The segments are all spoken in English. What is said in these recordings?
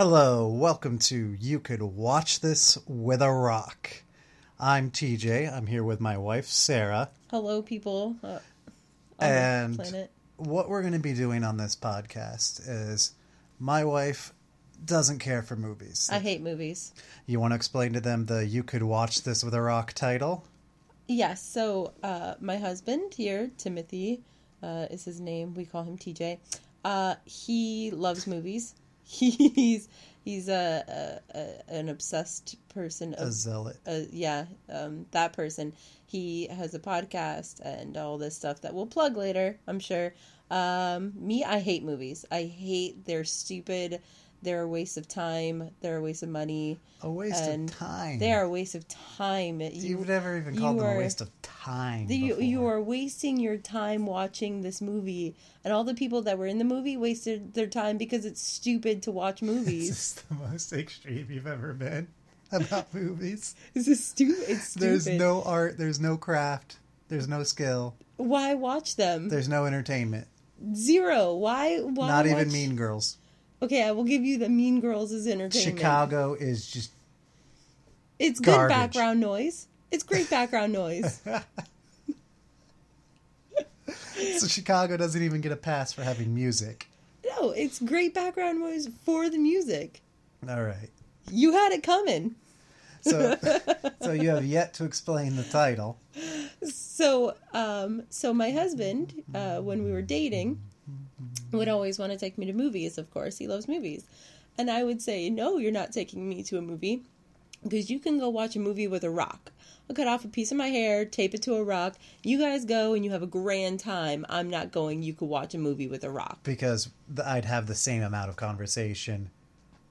Hello, welcome to You Could Watch This with a Rock. I'm TJ. I'm here with my wife, Sarah. Hello, people uh, on And- the planet. What we're going to be doing on this podcast is my wife doesn't care for movies. I hate movies. You want to explain to them the You Could Watch This with a Rock title? Yes, so uh, my husband here, Timothy, uh, is his name. We call him TJ. Uh, he loves movies. He's he's a, a, a an obsessed person A of zealot. uh, yeah, um, that person. He has a podcast and all this stuff that we'll plug later, I'm sure. Um, me, I hate movies. I hate they're stupid. They're a waste of time. They're a waste of money. A waste and of time. They are a waste of time. You, Mm-hmm. You've never even you called them a are- waste of time. you, before. you are wasting your time watching this movie. And all the people that were in the movie wasted their time because it's stupid to watch This movies. is the most extreme you've ever been about movies. this is stupid. It's stupid. There's no art, there's no craft, there's no skill, Why watch them? there's no entertainment. Zero. Why? Why Not even watch- Mean Girls. Okay, I will give you the Mean Girls is entertainment. Chicago is just It's good garbage. background noise. It's great background noise. so Chicago doesn't even get a pass for having music. no, it's great background noise for the music. All right. You had it coming. So so you have yet to explain the title. So, um, so my husband, uh, when we were dating, would always want to take me to movies. Of course, he loves movies, and I would say, "No, you're not taking me to a movie because you can go watch a movie with a rock. I'll cut off a piece of my hair, tape it to a rock. You guys go and you have a grand time. I'm not going. You could watch a movie with a rock." because th- I'd have the same amount of conversation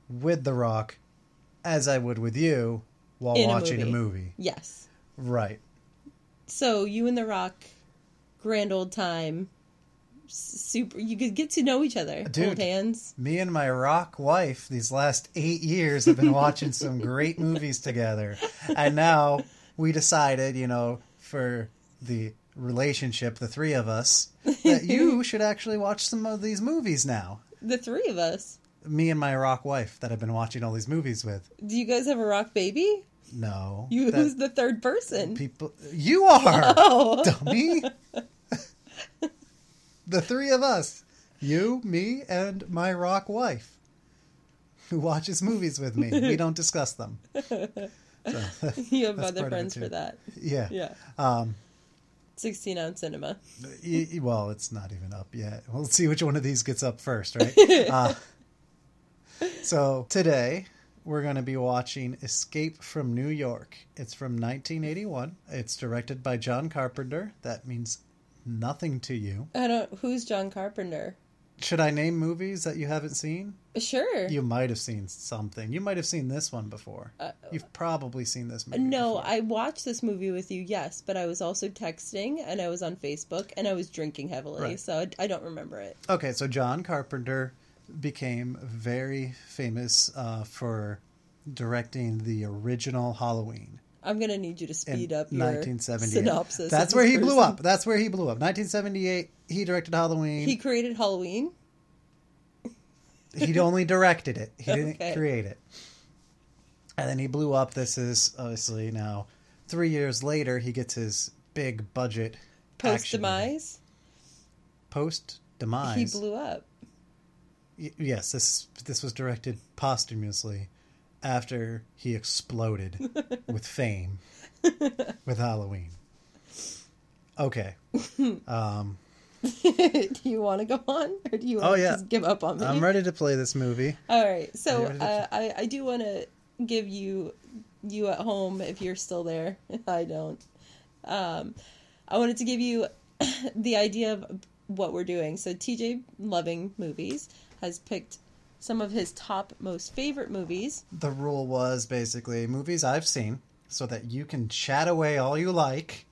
with The Rock as I would with you while In a watching a movie. movie. Yes. Right. So you and the Rock, grand old time, s- super. You could get to know each other, Dude. hold hands. Me and my rock wife these last eight years have been watching some great movies together. And now we decided, you know, for the relationship, the three of us, that you should actually watch some of these movies now. The three of us. Me and my rock wife that I've been watching all these movies with. Do you guys have a rock baby? No. You that who's the third person? people You are Oh, dummy. the three of us. You, me, and my rock wife. Who watches movies with me. We don't discuss them. you have That's part of other it, friends too. for that. Yeah. Yeah, Um, sixteen ounce cinema. y- y- well, it's not even up yet. We'll see which one of these gets up first, right? uh, so today we're going to be watching Escape from New York. It's from 1981. It's directed by John Carpenter. That means nothing to you. I don't. Who's John Carpenter? Should I name movies that you haven't seen? Sure. You might have seen something. You might have seen this one before. You've probably seen this movie. Uh, no, before. I watched this movie with you, yes, but I was also texting and I was on Facebook and I was drinking heavily, Right. so I, I don't remember it. Okay, so John Carpenter became very famous uh, for directing the original Halloween I'm gonna need you to in speed up your 1978. synopsis. of That's where this he blew person. up. That's where he blew up. 1978, he directed Halloween. He He created Halloween. only directed it. He didn't Okay. create it. And then he blew up. This is obviously now three years later. He gets his big budget Post action movie. demise, post demise. he blew up. Y- yes, this this was directed posthumously after he exploded with fame with Halloween. Okay. Um, do you want to go on, or do you want Oh, to yeah. just give up on me? I'm ready to play this movie. All right. Are So you ready to- uh, I I do want to give you you at home if you're still there. I don't. Um, I wanted to give you the idea of what we're doing. So TJ loving movies has picked some of his top most favorite movies. The rule was basically movies I've seen so that you can chat away all you like.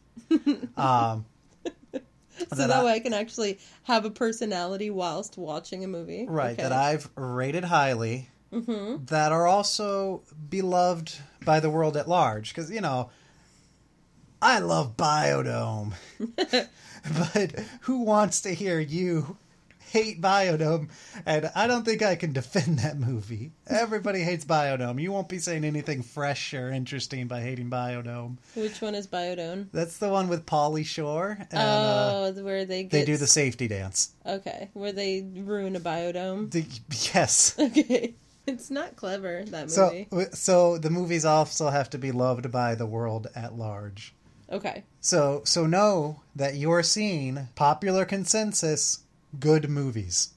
Um, So That that, I- way I can actually have a personality whilst watching a movie. right, Okay. Mm-hmm. that I've rated highly. That are also beloved by the world at large. Because, you know, I love Biodome. but who wants to hear you hate Biodome, and I don't think I can defend that movie. Everybody hates Biodome. You won't be saying anything fresh or interesting by hating Biodome. Which one is Biodome? That's the one with Polly Shore. And, uh, oh, where they get... they do the safety dance. okay, where they ruin a biodome. The, yes. Okay, it's not clever that So, movie. so the movies also have to be loved by the world at large. okay, So so know that you're seeing popular consensus good movies.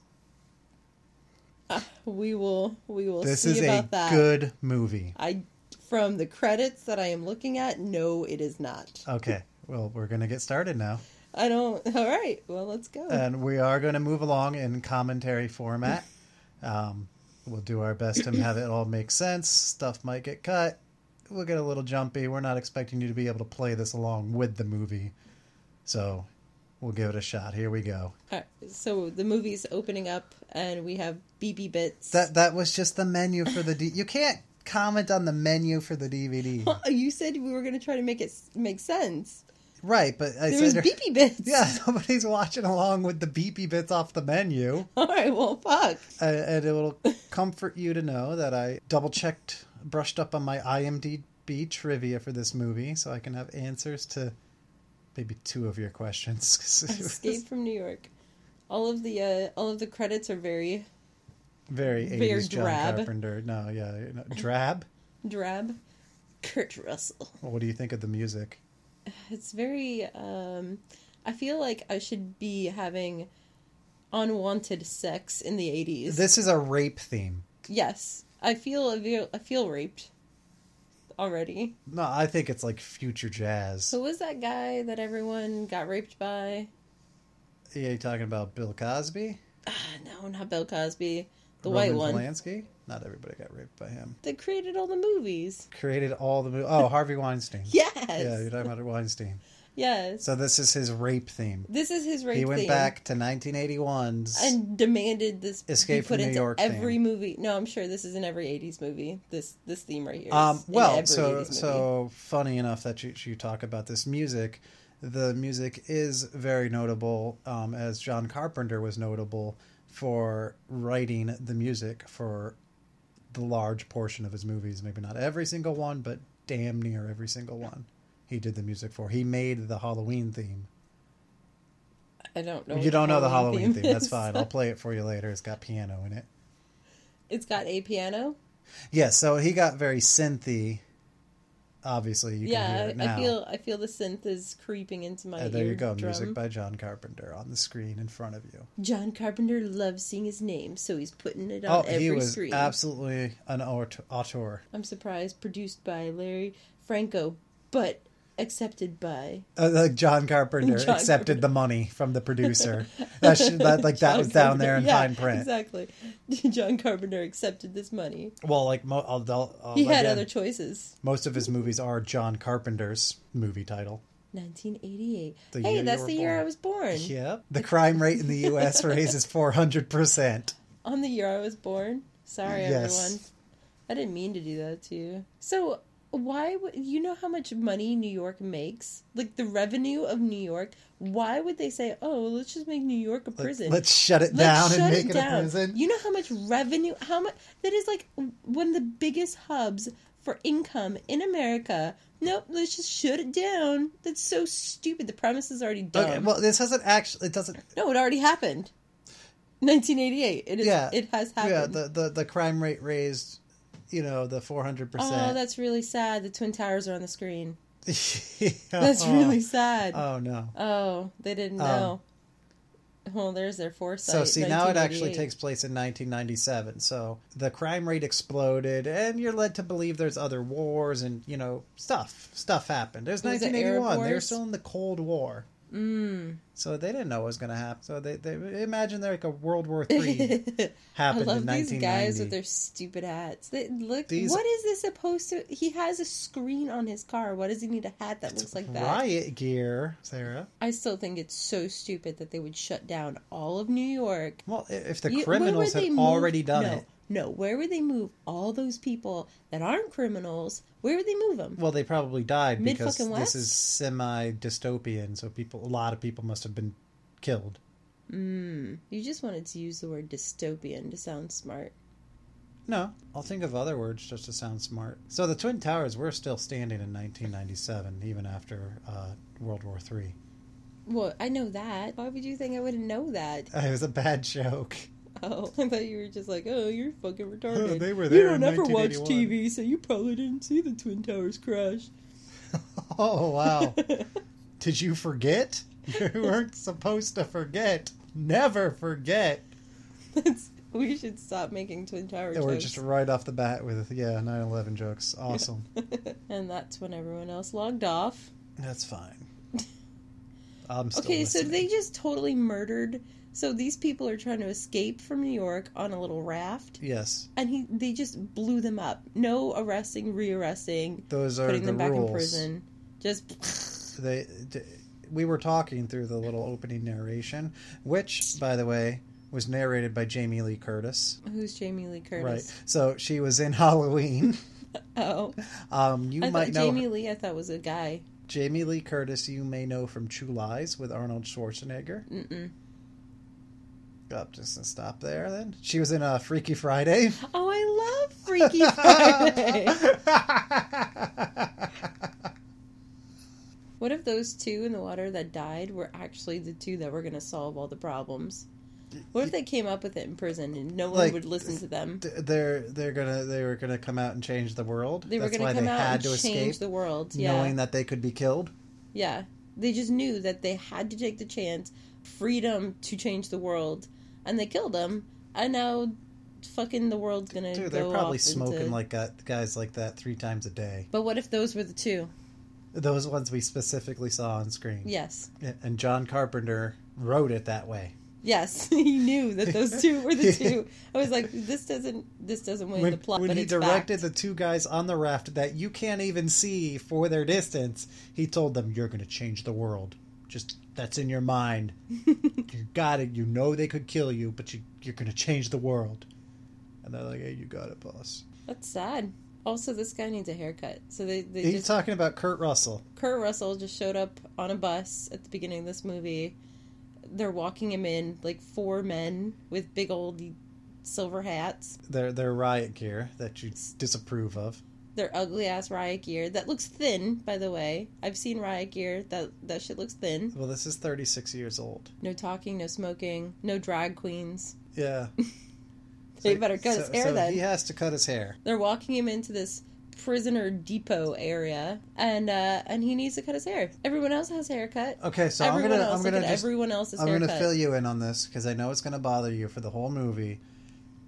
we will we will This see is about a that. good movie. I from the credits that I am looking at, no, it is not. Okay. Well, we're going to get started now. I don't. All right, well, let's go. And we are going to move along in commentary format. Um, we'll do our best to have it all make sense. Stuff might get cut. We'll get a little jumpy. We're not expecting you to be able to play this along with the movie. So we'll give it a shot. Here we go. All right, so the movie's opening up, and we have BB bits. That that was just the menu for the D- You can't comment on the menu for the DVD. Oh, you said we were going to try to make it s- make sense. Right, but I There was said, BB bits. yeah, nobody's watching along with the beepy bits off the menu, All right. Well, fuck. uh, and it will comfort you to know that I double checked, brushed up on my IMDb trivia for this movie, so I can have answers to maybe two of your questions. 'cause it was Escape from New York. All of the uh, all of the credits are very very very eighties John drab. Carpenter. No, yeah, you know, drab. drab. Kurt Russell. Well, what do you think of the music? It's very. Um, I feel like I should be having unwanted sex in the eighties. This is a rape theme. Yes, I feel I feel, I feel raped already. No, I think it's like future jazz. Who was that guy that everyone got raped by? Yeah, you talking about Bill Cosby, Ah, no, not Bill Cosby, the Roman white one Polanski. Not everybody got raped by him. that created all the movies. created all the mo- oh Harvey Weinstein. Yes, Yeah, you're talking about Weinstein. yes. So this is his rape theme. this is his rape. he went theme. back to 1981's. and demanded this be Escape put from New into York every theme. movie. No, I'm sure this is in every '80s movie. This this theme right here. is um, in well, every so 80s movie. so funny enough that you, you talk about this music. The music is very notable, um, as John Carpenter was notable for writing the music for the large portion of his movies. Maybe not every single one, but damn near every single one. He did the music for. He made the Halloween theme. I don't know. You what don't know the Halloween theme. That's is. fine. I'll play it for you later. It's got piano in it. It's got a piano. Yeah, so he got very synthy. Obviously, you can hear yeah, it I, I now. feel I feel the synth is creeping into my. Uh, there you go. eardrum. Music by John Carpenter on the screen in front of you. John Carpenter loves seeing his name, so he's putting it Oh, on every he was screen. absolutely an aut- auteur. I'm surprised. Produced by Larry Franco, but accepted by Uh, like John Carpenter John accepted the money from the producer. That should, that, like that John was down there in Carpenter. Yeah, fine print. Exactly. John Carpenter accepted this money. Well, like mo- I'll, I'll, I'll, He had again, other choices. most of his movies are John Carpenter's movie title. 1988. The year hey, you that's were the year born. I was born. Yep. The crime rate in the U.S. raises 400%. On the year I was born. Sorry, Yes. everyone. I didn't mean to do that to you. So, why would you know how much money New York makes? Like the revenue of New York. Why would they say, "Oh, well, let's just make New York a prison"? Let's shut it down Let's and make it, a prison. You know how much revenue? How much? That is like one of the biggest hubs for income in America. Nope, let's just shut it down. That's so stupid. The premise is already done. Okay, well, this hasn't actually. It doesn't. No, it already happened. 1988. It is. Yeah. It has happened. Yeah, the, the the crime rate raised, you know, the four hundred oh, percent. that's really sad. The twin towers are on the screen. That's really sad. Oh no. oh, they didn't know. Well, there's their foresight. um, So see now it actually 1988. takes place in 1997. So the crime rate exploded, and you're led to believe there's other wars and you know stuff. Stuff happened. There's It was the Arab 1981. They were Wars. still in the Cold War. Mm. So they didn't know what was going to happen. So they, they imagine they're like a World War Three Mm. I happened in love 1990. these guys with their stupid hats. They, look, These- what is this supposed to? He has a screen on his car. Why does he need a hat that looks like that? riot gear, Sarah. I still think it's so stupid that they would shut down all of New York Well, i- if the You- where would criminals they had move- already done no, it, No, where would they move all those people that aren't criminals? Where would they move them? well, they probably died Mid because fucking this West? is semi dystopian. So people, a lot of people must have been killed. Mm. You just wanted to use the word dystopian to sound smart. No, I'll think of other words just to sound smart. So the Twin Towers were still standing in 1997, even after uh, World War III. Well, I know that. Why would you think I wouldn't know that? Uh, It was a bad joke. Oh, I thought you were just like, oh, you're fucking retarded. they were You there don't in ever watch 1981. TV, so you probably didn't see the Twin Towers crash. Oh, wow. Did you forget? You weren't supposed to forget. Never forget. That's, we should stop making Twin Towers They jokes. were just right off the bat with, yeah, 9 11 jokes. Awesome. and that's when everyone else logged off. That's fine. I'm still Okay, so listening. they just totally murdered. So these people are trying to escape from New York on a little raft, Yes, and he they just blew them up. No arresting, rearresting, those are putting the them back rules. in prison. Just They, d- we were talking through the little opening narration, which, by the way, was narrated by Jamie Lee Curtis. who's Jamie Lee Curtis? Right. So she was in Halloween. Oh, Um, you I might thought know Jamie Lee. I thought was a guy. Jamie Lee Curtis. You may know from True Lies with Arnold Schwarzenegger. Mm-mm. Up, just stop there. Then she was in uh, Freaky Friday. Oh, I love Freaky Friday. what if those two in the water that died were actually the two that were going to solve all the problems? What if they came up with it in prison and no one Like, would listen to them? Th- they're they're gonna they were gonna come out and change the world. They were That's going why to come they had out to and change escape, the world. Yeah, knowing that they could be killed. yeah. They just knew that they had to take the chance, freedom to change the world, and they killed them. And now, fucking, the world's going to go Dude, they're probably off smoking into... like that, guys like that three times a day. But what if those were the two? Those ones we specifically saw on screen. Yes, And John Carpenter wrote it that way. yes. he knew that those two were the two. I was like, this doesn't, this doesn't win When, the plot. when but he it's directed fact. the two guys on the raft that you can't even see for their distance, he told them, "You're going to change the world. Just that's in your mind. you got it. You know they could kill you, but you, you're going to change the world." And they're like, "Hey, you got it, boss." That's sad. Also, this guy needs a haircut. So they, they He's just talking about Kurt Russell. Kurt Russell just showed up on a bus at the beginning of this movie. They're walking him in, like four men with big old silver hats. Their their riot gear that you disapprove of. Their ugly ass riot gear that looks thin, by the way. I've seen riot gear that that shit looks thin. Well, this is 36 years old. No talking, no smoking, no drag queens. Yeah. They better cut his hair then. He has to cut his hair. They're walking him into this prisoner depot area, and uh, and he needs to cut his hair. Everyone else has a haircut. Okay, so I'm everyone gonna else, I'm look gonna at just everyone else's I'm haircut. going to fill you in on this because I know it's going to bother you for the whole movie.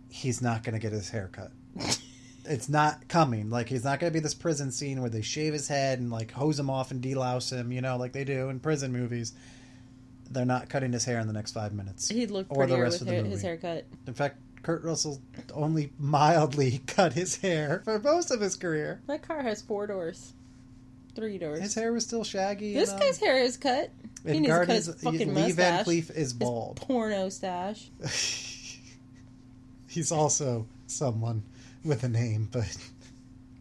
He's not going to get his haircut. it's not coming. Like he's not going to be this prison scene where they shave his head and like hose him off and delouse him, you know, like they do in prison movies. They're not cutting his hair in the next five minutes. He'd look or the prettier rest with of the hair, movie. his haircut. In fact, Kurt Russell only mildly cut his hair for most of his career. That car has four doors, three doors. His hair was still shaggy. this and, um, guy's hair is cut. he and needs to cut Guardians- his fucking Lee Van mustache. Cleef is bald. Porno stash. He's also someone with a name, but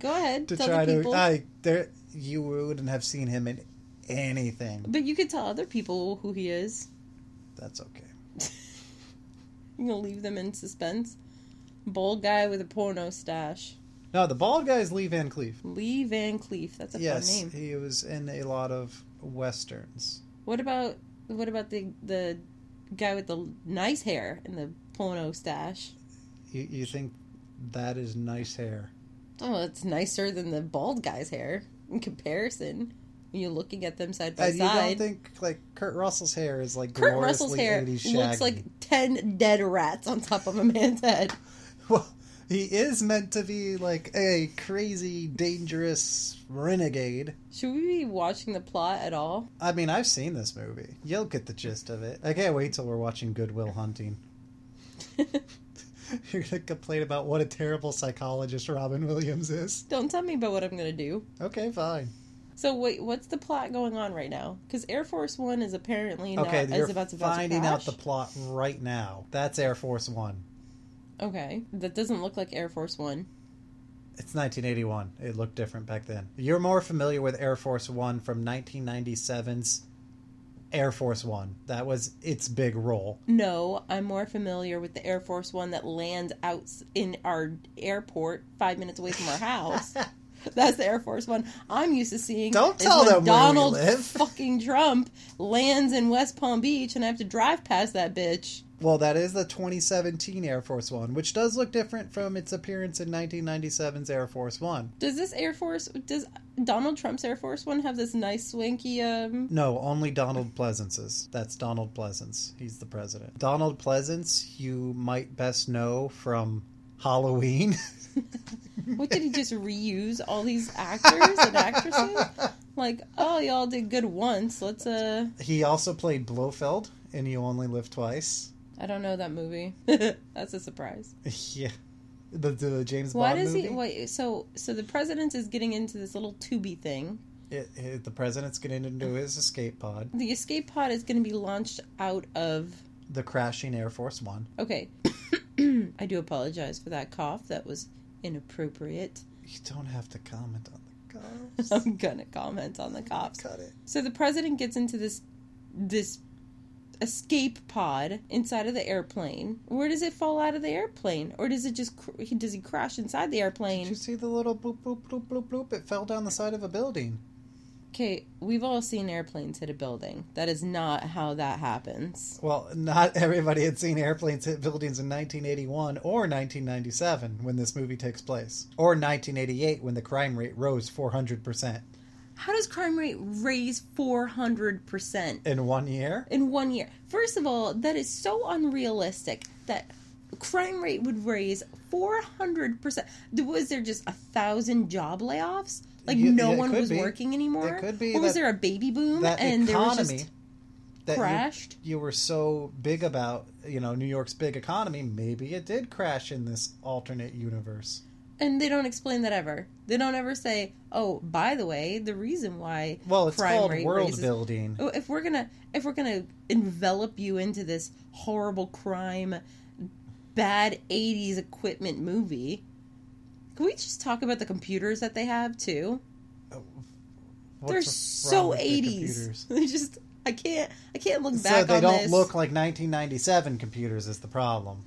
Go ahead, to tell try the to people. I there you wouldn't have seen him in anything. But you could tell other people who he is. That's okay. You can leave them in suspense. Bold guy with a porno stash. No, the bald guy is Lee Van Cleef. Lee Van Cleef. That's a yes, fun name. he was in a lot of westerns. What about what about the the guy with the nice hair and the porno stash? You, you think that is nice hair? Oh, it's nicer than the bald guy's hair in comparison. When you're looking at them side by And you side. don't think like Kurt Russell's hair is like Kurt gloriously Russell's hair 80s looks shaggy. like 10 dead rats on top of a man's head. Well, he is meant to be like a crazy, dangerous renegade. Should we be watching the plot at all? I mean, I've seen this movie. You'll get the gist of it. I can't wait till we're watching Goodwill Hunting. You're gonna complain about what a terrible psychologist Robin Williams is. Don't tell me about what I'm going to do. Okay, fine. So, wait, what's the plot going on right now? Because Air Force One is apparently not okay, is you're about to about to finding out crash. the plot right now. That's Air Force One. okay, that doesn't look like Air Force One. It's 1981. It looked different back then. You're more familiar with Air Force One from 1997's Air Force One. That was its big role. No, I'm more familiar with the Air Force One that lands out s- in our airport five minutes away from our house. That's the Air Force One I'm used to seeing. Don't is tell when them where we Donald live. fucking Trump lands in West Palm Beach, and I have to drive past that bitch. Well, that is the 2017 Air Force One, which does look different from its appearance in 1997's Air Force One. Does this Air Force? Does Donald Trump's Air Force One have this nice swanky? Um, No, only Donald Pleasance's. That's Donald Pleasance. He's the president. Donald Pleasance, you might best know from Halloween. what did he just reuse all these actors and actresses? Like, oh, y'all did good once. Let's uh, he also played Blofeld in You Only Live Twice. I don't know that movie. That's a surprise. Yeah. The, the James Why Bond does movie. he? Wait, so so the president is getting into this little Tubi thing. It- it- the president's getting into his escape pod, The escape pod is going to be launched out of. the crashing Air Force One. Okay, I do apologize for that cough. That was inappropriate. You don't have to comment on the cops. I'm gonna comment on the cops. Cut it. So the president gets into this this escape pod inside of the airplane. Where does it fall out of the airplane, or does it just cr- he does he crash inside the Did you airplane? see the little bloop bloop bloop bloop bloop? It fell down the side of a building. Okay, we've all seen airplanes hit a building. That is not how that happens. Well, not everybody had seen airplanes hit buildings in 1981 or 1997 when this movie takes place, or 1988 when the crime rate rose 400% How does crime rate raise four hundred percent in one year. in one year? First of all, that is so unrealistic that crime rate would raise four hundred percent. Was there just a thousand job layoffs? Like Yeah, no yeah, it one could was be. working anymore. It could be Or was that- there a baby boom That and there was economy just that you- crashed? You, were so big about, you know, New York's big economy. Maybe it did crash in this alternate universe. And they don't explain that ever. They don't ever say, "Oh, by the way, the reason why Well, it's crime called rate world raises building. Oh, if we're gonna if we're gonna envelop you into this horrible crime bad 80s equipment movie can we just talk about the computers that they have too What's they're wrong so with the 80s computers? they just i can't i can't look So back they on don't this look like 1997 computers is the problem.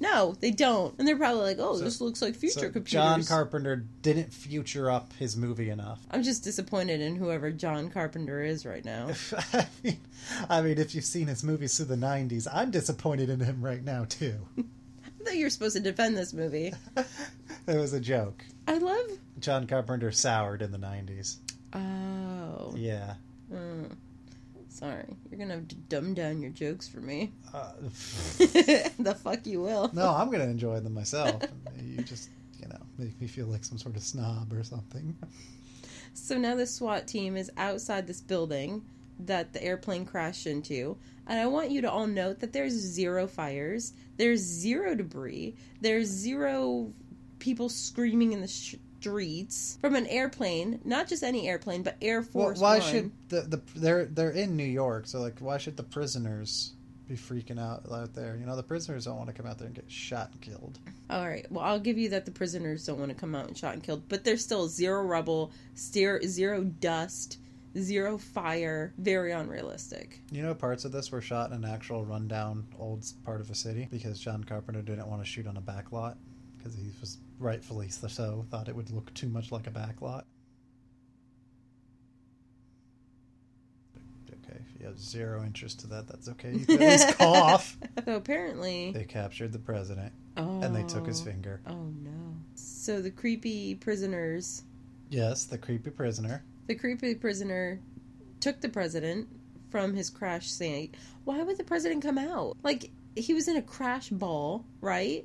no they don't and they're probably like oh So- this looks like future So computers John Carpenter didn't future up his movie enough. i'm just disappointed in whoever john carpenter is right now I mean, I mean, if you've seen his movies through the 90s, I'm disappointed in him right now, too. i thought you were supposed to defend this movie It was a joke. i love John Carpenter soured in the 90s. oh Yeah. Mm. Sorry, you're gonna have to dumb down your jokes for me. Uh, the fuck you will. no, I'm going to enjoy them myself. You just, you know, make me feel like some sort of snob or something. So now the SWAT team is outside this building that the airplane crashed into, and I want you to all note that there's zero fires, there's zero debris, there's zero people screaming in the streets from an airplane, not just any airplane, but Air Well, Force why One. should the, the they're they're in New York, so like why should the prisoners be freaking out out there? You know, the prisoners don't want to come out there and get shot and killed. All right. Well, I'll give you that the prisoners don't want to come out and shot and killed, but there's still zero rubble, steer, zero dust, zero fire. Very unrealistic. You know, parts of this were shot in an actual rundown old s- part of a city because John Carpenter didn't want to shoot on a back lot because he was rightfully so thought it would look too much like a back lot. Okay, if you have zero interest to that, that's okay. You can at least cough. So apparently, They captured the president oh, and they took his finger. Oh no! So the creepy prisoners, Yes, the creepy prisoner. the creepy prisoner, took the president from his crash site. Why would the president come out? Like he was in a crash ball, right?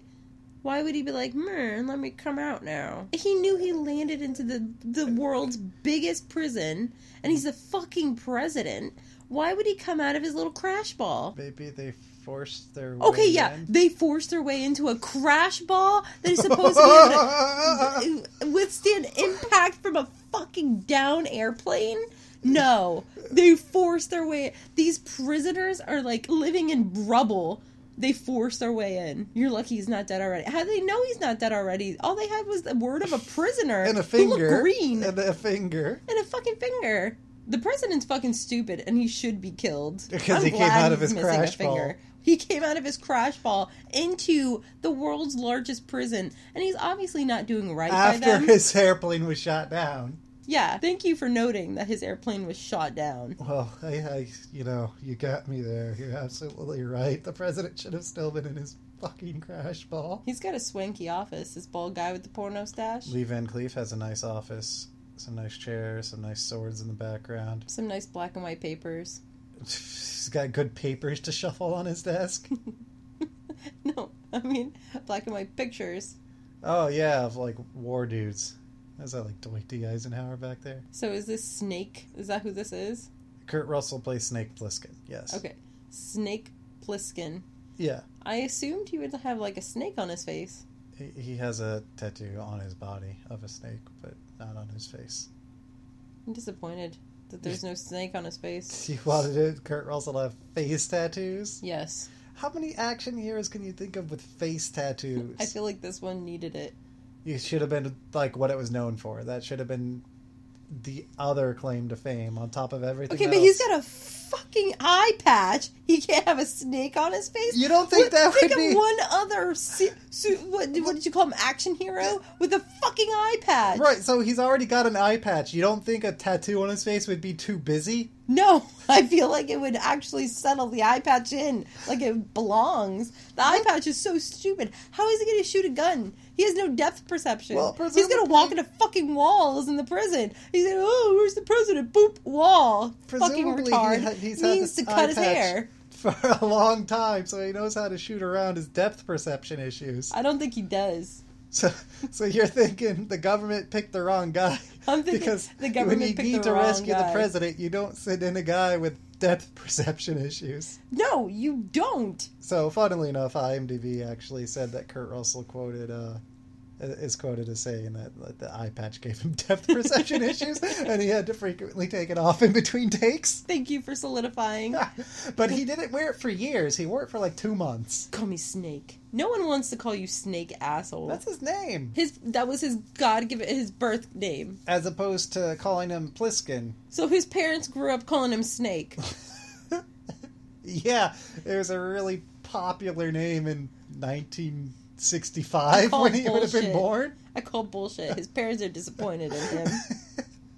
Why would he be like, "Man, let me come out now"? He knew he landed into the the world's biggest prison, and he's the fucking president. Why would he come out of his little crash ball? Maybe they forced their way Okay, yeah, in. they forced their way into a crash ball that is supposed to be able to withstand impact from a fucking down airplane? No. They force their way. These prisoners are like living in rubble. They force their way in. You're lucky he's not dead already. How do they know he's not dead already? All they had was the word of a prisoner and a who looked finger. green And a finger. and a fucking finger. The president's fucking stupid, and he should be killed Because I'm he came glad out of he's his missing a crash finger. ball. He came out of his crash ball into the world's largest prison, and he's obviously not doing right by After them. his airplane was shot down. Yeah, thank you for noting that his airplane was shot down. Well, I, I, you know, you got me there. You're absolutely right. The president should have still been in his fucking crash ball. He's got a swanky office. This bald guy with the porno stash, Lee Van Cleef has a nice office, some nice chairs, some nice swords in the background. some nice black and white papers. He's got good papers to shuffle on his desk. No, I mean black and white pictures. Oh yeah, of like war dudes. Is that like Dwight D. Eisenhower back there? So is this Snake? Is that who this is? Kurt Russell plays Snake Plissken. Yes. Okay, Snake Plissken. Yeah, I assumed he would have like a snake on his face. he, he has a tattoo on his body of a snake, but not on his face. I'm disappointed that there's no snake on his face. You wanted it, Kurt Russell to have face tattoos. Yes, How many action heroes can you think of with face tattoos? I feel like this one needed it. you should have been like what it was known for. That should have been the other claim to fame on top of everything. Okay, but he's else. got a fucking eye patch. He can't have a snake on his face. You don't think What- that think would of be- one other se- su- what, what did you call him? Action hero with a fucking eye patch. Right, so he's already got an eye patch. You don't think a tattoo on his face would be too busy? No, I feel like it would actually settle the eye patch in like it belongs. The eye patch is so stupid. How is he going to shoot a gun? He has no depth perception. Well, He's going to walk presumably- into fucking walls in the prison. He's going, oh, where's the president? Boop, wall. Presumably, he fucking retard. ha- he's he had needs this to cut eye his patch. hair. For a long time, so he knows how to shoot around his depth perception issues. I don't think he does. So, so you're thinking the government picked the wrong guy? I'm thinking the government when you picked need the to wrong rescue guy. the president, you don't send in a guy with depth perception issues. No, you don't. So, funnily enough, IMDb actually said that Kurt Russell quoted uh, is quoted as saying that, that the eye patch gave him depth perception issues, and he had to frequently take it off in between takes. Thank you for solidifying. but he didn't wear it for years. He wore it for like two months. call me Snake. No one wants to call you Snake, asshole. That's his name, his that was his God given his birth name. as opposed to calling him Pliskin. So his parents grew up calling him Snake. Yeah, it was a really popular name in 1965 call when he would have been bullshit. born. I call bullshit. His parents are disappointed in him.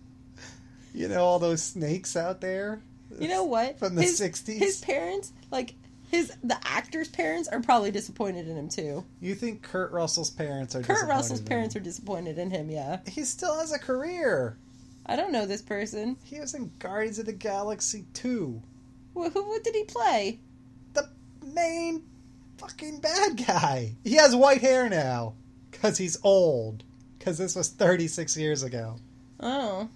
you know all those snakes out there. You know what? From the His- '60s. His parents, like his the actor's parents, are probably disappointed in him too. You think Kurt Russell's parents are Kurt Russell's parents are disappointed in him. Yeah, are. He still has a career. I don't know this person. He was in Guardians of the Galaxy 2. Wh- who? What did he play? The main fucking bad guy. He has white hair now because he's old. Because this was 36 years ago. Oh.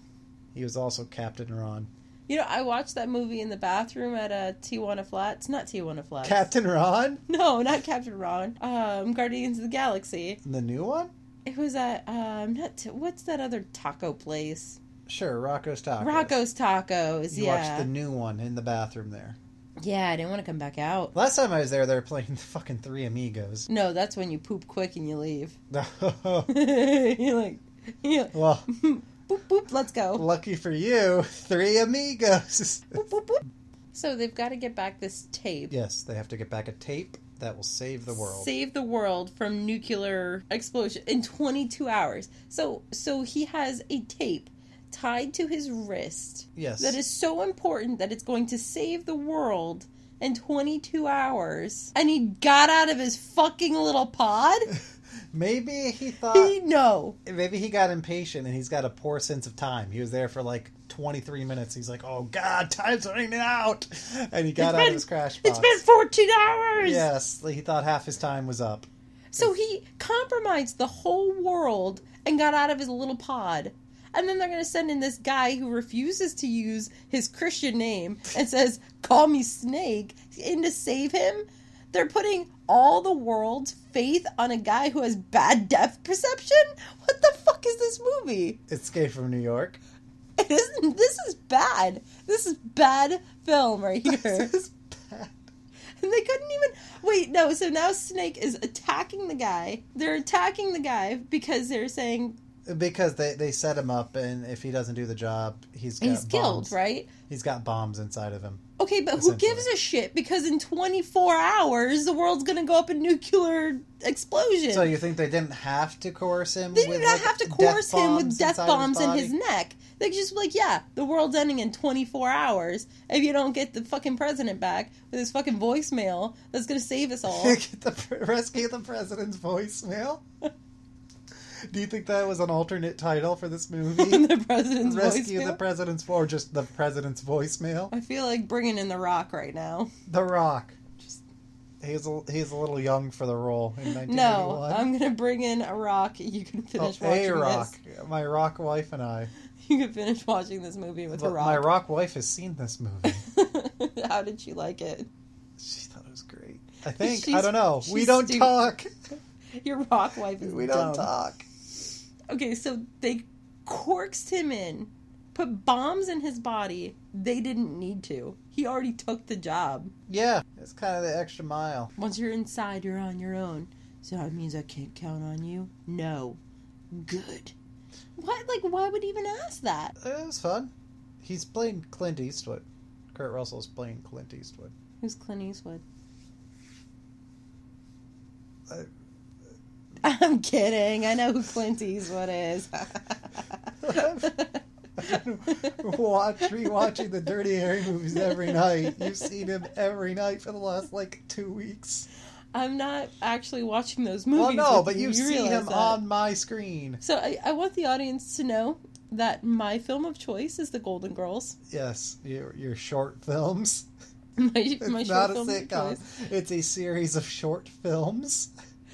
He was also Captain Ron. You know, I watched that movie in the bathroom at a Tijuana Flats. Not Tijuana Flats. Captain Ron? No, not Captain Ron. Um, Guardians of the Galaxy. The new one? It was at um, not t- what's that other taco place? Sure, Rocco's Tacos. Rocco's Tacos. You yeah, watched the new one in the bathroom there. yeah. I didn't want to come back out. Last time I was there, they were playing the fucking Three Amigos. No, that's when you poop quick and you leave. you're like, you're like, well, boop boop. Let's go. lucky for you, Three Amigos. Boop boop boop. So they've got to get back this tape. Yes, they have to get back a tape that will save the world. Save the world from nuclear explosion in 22 hours. So so he has a tape tied to his wrist yes. that is so important that it's going to save the world in 22 hours. And he got out of his fucking little pod? maybe he he thought no. maybe he got impatient and he's got a poor sense of time. He was there for like 23 minutes. He's like, "Oh god, time's running out." And he got It's out been- of his crash box. It's been 14 hours. yes, he thought half his time was up. So he compromised the whole world and got out of his little pod. And then they're going to send in this guy who refuses to use his Christian name and says, Call me Snake, in to save him. They're putting all the world's faith on a guy who has bad depth perception? What the fuck is this movie? Escape from New York. It isn't, this is bad. This is bad film right here. This is bad. And they couldn't even wait. No, so now Snake is attacking the guy. They're attacking the guy because they're saying because they, they set him up, and if he doesn't do the job, he's got He's killed, bombs. right? He's got bombs inside of him. Okay, but who Essentially. gives a shit? Because in 24 hours, the world's gonna go up in nuclear explosion. So you think they didn't have to coerce him? they with, did not like, have to death coerce him bombs with death inside of bombs in body? his neck. They could just be like, yeah, the world's ending in 24 hours if you don't get the fucking president back with his fucking voicemail that's gonna save us all. Get the pre- rescue the president's voicemail. Do you think that was an alternate title for this movie? the president's rescue the voicemail. president's or just the president's voicemail? I feel like bringing in The Rock right now. The Rock. He's a, he's a little young for the role in 1981. No, I'm gonna bring in a Rock. You can Oh, finish watching a Rock, this. my Rock wife and I. You can finish watching this movie with a But My Rock. Rock wife has seen this movie. How did she like it? She thought it was great. I think I She's- don't know. We she's don't stupid. talk. Your rock wife is We don't dumb. talk. Okay, so they corksed him in, put bombs in his body. They didn't need to. He already took the job. Yeah, it's kind of the extra mile. Once you're inside, you're on your own. So that means I can't count on you? No. Good. What? Like, why would he even ask that? It was fun. He's playing Clint Eastwood. Kurt Russell's playing Clint Eastwood. Who's Clint Eastwood? I- I'm kidding. I know who Clint Eastwood is. Watch rewatching the Dirty Harry movies every night. You've seen him every night for the last like two weeks. I'm not actually watching those Well, movies. no, with but you you've You seen realize him that. on my screen. So I, I want the audience to know that my film of choice is The Golden Girls. Yes, your your short films. My, It's my not short a film of sitcom. choice, It's a series of short films.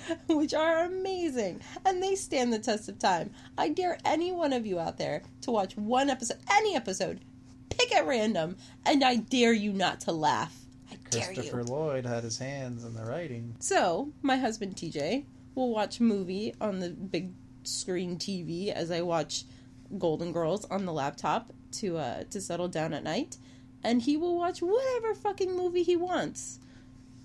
which are amazing, and they stand the test of time. I dare any one of you out there to watch one episode, any episode, pick at random, and I dare you not to laugh. I dare you. Christopher Lloyd had his hands in the writing. So, my husband TJ will watch a movie on the big screen TV as I watch Golden Girls on the laptop to uh, to settle down at night, and he will watch whatever fucking movie he wants.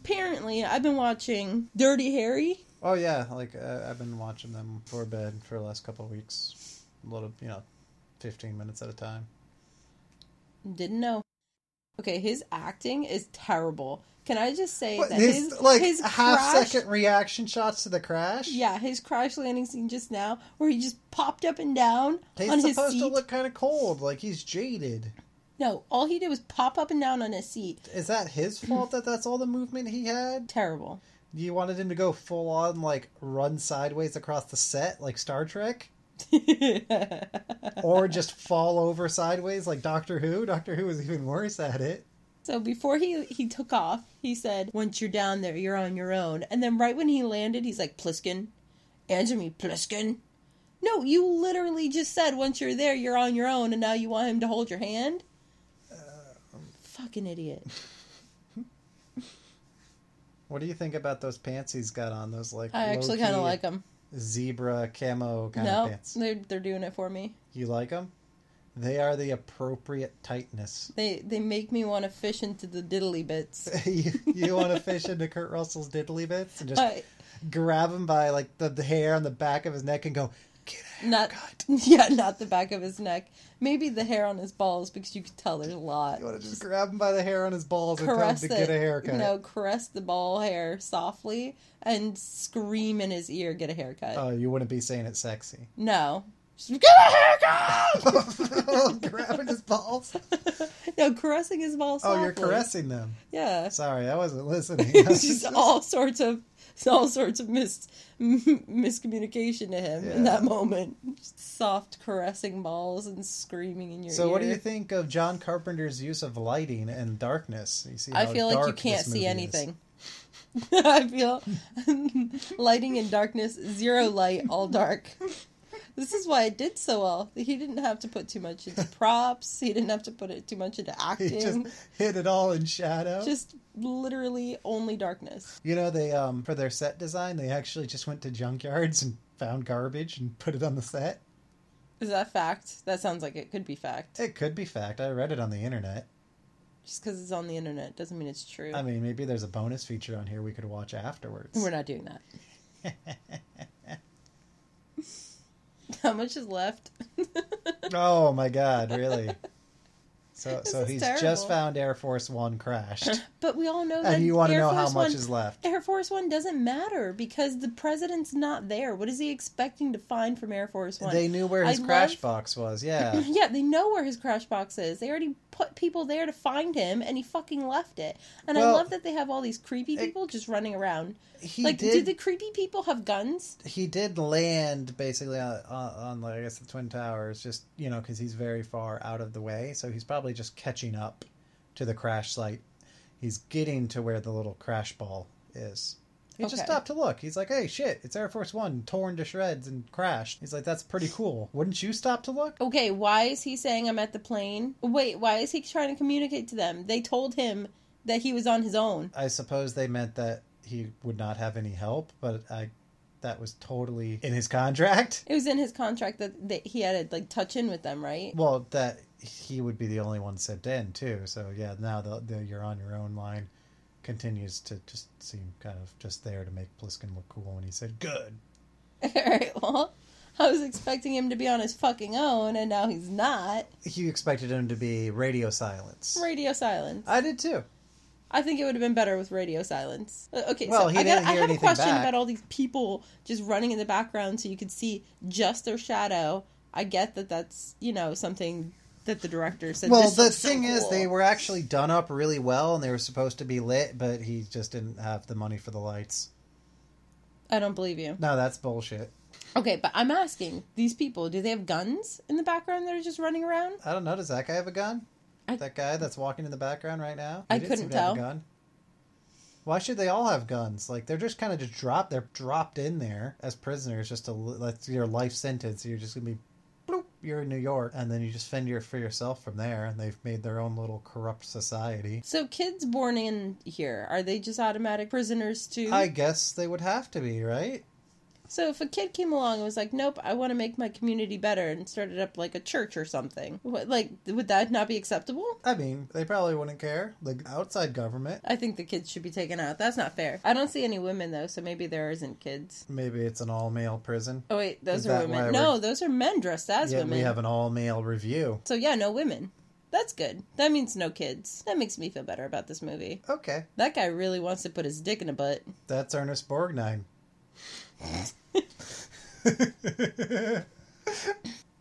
Apparently, I've been watching Dirty Harry. Oh yeah, like uh, I've been watching them for bed for the last couple of weeks. A little, you know, fifteen minutes at a time. Didn't know. Okay, his acting is terrible. Can I just say What, that his, his like his half crash- second reaction shots to the crash. Yeah, his crash landing scene just now, where he just popped up and down he's on his supposed seat. to look kind of cold, like he's jaded. No, all he did was pop up and down on his seat. Is that his fault that that's all the movement he had? Terrible. You wanted him to go full on, like run sideways across the set, like Star Trek, or just fall over sideways, like Doctor Who. Doctor Who was even worse at it. so before he he took off, he said, "Once you're down there, you're on your own." And then right when he landed, he's like, "Pliskin, answer me, Pliskin." No, you literally just said, "Once you're there, you're on your own," and now you want him to hold your hand. Fucking idiot. What do you think about those pants he's got on? Those like I actually kind of low-key like him. zebra camo kind No, of pants. they're they're doing it for me. You like them? They are the appropriate tightness. They they make me want to fish into the diddly bits. you you want to fish into Kurt Russell's diddly bits and just I- grab him by like the, the hair on the back of his neck and go, get out. not God. yeah, not the back of his neck. Maybe the hair on his balls because you could tell there's a lot. You want to just grab him by the hair on his balls and tell him Caress to it, get a haircut. no, caress the ball hair softly and scream in his ear, "Get a haircut!" Oh, you wouldn't be saying it sexy. no, Just, get a haircut! Grabbing his balls. no, caressing his balls. Oh, you're softly. caressing them. Yeah, Sorry, I wasn't listening. I was it's just all sorts of all sorts of mis miscommunication to him in Yeah. that moment. Just soft caressing balls and screaming in your So, ear. what do you think of John Carpenter's use of lighting and darkness? You see, I how feel like you dark can't this movie see is. anything. I feel lighting and darkness, zero light, all dark. This is why it did so well. He didn't have to put too much into props. He didn't have to put it too much into He acting. just Just, hid it all in shadow. literally only darkness. You know, they um for their set design, they actually just went to junkyards and found garbage and put it on the set. Is that fact? That sounds like it could be fact. It could be fact. I read it on the internet. Just because it's on the internet doesn't mean it's true. I mean, maybe there's a bonus feature on here we could watch afterwards. We're not doing that. how much is left. Oh my god, really? So This so is he's terrible. just found Air Force 1 crashed. but we all know that and you want to Air know how Force much One, is left. Air Force One doesn't matter because the president's not there. What is he expecting to find from Air Force One? They knew where his I crash love- box was. Yeah. yeah, they know where his crash box is. They already put people there to find him, and he fucking left it. And I Well, love that they have all these creepy it- people just running around. He like, did do the creepy people have guns? he did land basically on, on, on like I guess the twin towers, just you know because he's very far out of the way, so he's probably just catching up to the crash site. He's getting to where the little crash ball is. He just Okay. stopped to look. He's like, "Hey, shit! It's Air Force One, torn to shreds and crashed." He's like, "That's pretty cool. Wouldn't you stop to look?" Okay, why is he saying I'm at the plane? Wait, why is he trying to communicate to them? They told him that he was on his own. I suppose they meant that he would not have any help, but I, that was totally in his contract. It was in his contract that, that he had to like touch in with them, right? Well, that he would be the only one sent in too. So yeah, now the, the you're on your own line continues to just seem kind of just there to make Pliskin look cool. And he said, "Good." Alright, well, I was expecting him to be on his fucking own, and now he's not. You expected him to be radio silence. Radio silence. I did too. I think it would have been better with radio silence. Uh, Okay, Well, so he I, got, didn't I hear have a anything question back. about all these people just running in the background so you could see just their shadow. I get that that's, you know, something that the director said. well, "This the looks so thing is, cool." they were actually done up really well, and they were supposed to be lit, but he just didn't have the money for the lights. I don't believe you. No, that's bullshit. Okay, but I'm asking these people, do they have guns in the background that are just running around? I don't know. Does that guy have a gun? I- that guy that's walking in the background right now. I He didn't couldn't seem to have a tell. gun. Why should they all have guns? Like they're just kind of just dropped. They're dropped in there as prisoners, just to li- that's your life sentence. You're just gonna be, bloop. You're in New York, and then you just fend your, for yourself from there. And they've made their own little corrupt society. So kids born in here, are they just automatic prisoners too? I guess they would have to be right. So if a kid came along and was like, "Nope, I want to make my community better," and started up like a church or something, what, like would that not be acceptable? I mean, they probably wouldn't care. The outside government. I think the kids should be taken out. That's not fair. I don't see any women though, so maybe there isn't kids. Maybe it's an all male prison. Oh wait, those Is are that why women. No, those are men dressed as Yeah, women. we have an all male review. So yeah, no women. That's good. That means no kids. That makes me feel better about this movie. Okay, That guy really wants to put his dick in a butt. That's Ernest Borgnine.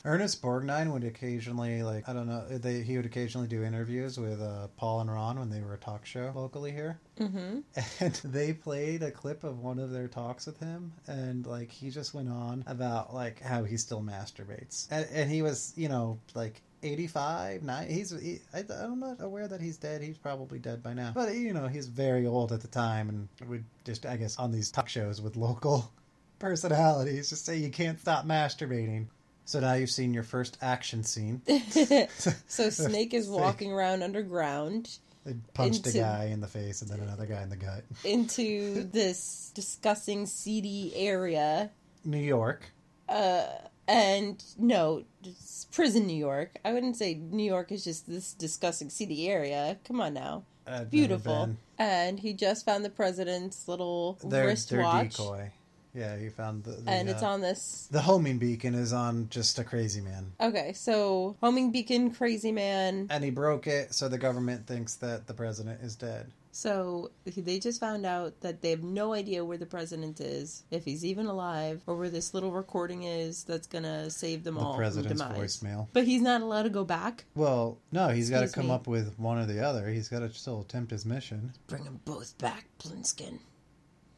Ernest Borgnine would occasionally, like, I don't know, they, he would occasionally do interviews with uh, Paul and Ron when they were a talk show locally here. Mm-hmm. And they played a clip of one of their talks with him. And, like, he just went on about, like, how he still masturbates. And, and he was, you know, like, 85, 90. He's, he, I, I'm not aware that he's dead. He's probably dead by now. But, you know, he's very old at the time and would just, I guess, on these talk shows with local personalities, just say you can't stop masturbating. So now you've seen your first action scene. so Snake is walking around underground They punched Into- a guy in the face and then another guy in the gut. into this disgusting, seedy area. New York. Uh, and no, it's prison New York. I wouldn't say New York is just this disgusting, seedy area. Come on now. I've never Beautiful. been. And he just found the president's little Their, their wristwatch. decoy. Yeah, you found the. the And it's uh, on this. The homing beacon is on just a crazy man. Okay, so homing beacon, crazy man. And he broke it, so the government thinks that the president is dead. So they just found out that they have no idea where the president is, if he's even alive, or where this little recording is that's gonna save them all the from president's demise. voicemail. But he's not allowed to go back. Well, no, he's got to Excuse come me. up with one or the other. He's got to still attempt his mission. Bring them both back, Plinskin.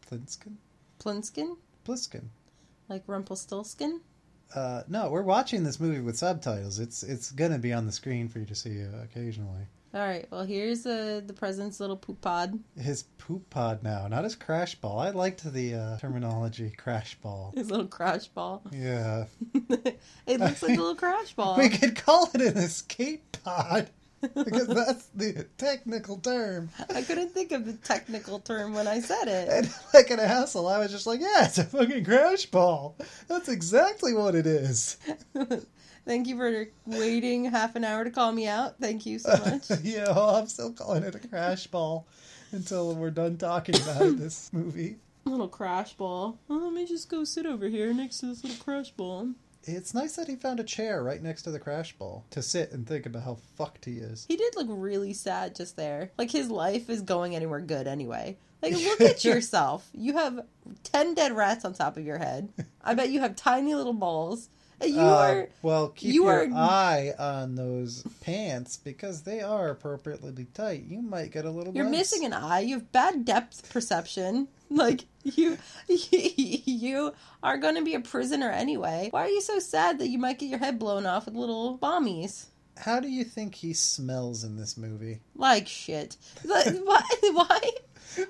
Plinskin? Plinskin? Pliskin. Like Rumpelstiltskin? Uh, no, we're watching this movie with subtitles. It's it's gonna be on the screen for you to see uh, occasionally. All right. Well, here's uh, the the president's little poop pod. His poop pod now, not his crash ball. I liked the uh, terminology crash ball. His little crash ball. Yeah, it looks like a little crash ball. we could call it an escape pod because that's the technical term. I couldn't think of the technical term when I said it. And like in a hassle, I was just like, yeah, it's a fucking crash ball. That's exactly what it is. Thank you for waiting half an hour to call me out. Thank you so much. yeah, well, I'm still calling it a crash ball until we're done talking about it, this movie. Oh, little crash ball. Well, let me just go sit over here next to this little crash ball. It's nice that he found a chair right next to the crash ball to sit and think about how fucked he is. He did look really sad just there. Like his life is going anywhere good anyway. Like look at yourself. You have 10 dead rats on top of your head. I bet you have tiny little balls. And You Uh, are well, keep you your are- eye on those pants because they are appropriately tight. You might get a little. you're glimpse. missing an eye. You have bad depth perception. Like you you are going to be a prisoner anyway. Why are you so sad that you might get your head blown off with little bombies? How do you think he smells in this movie? Like shit. Like, why why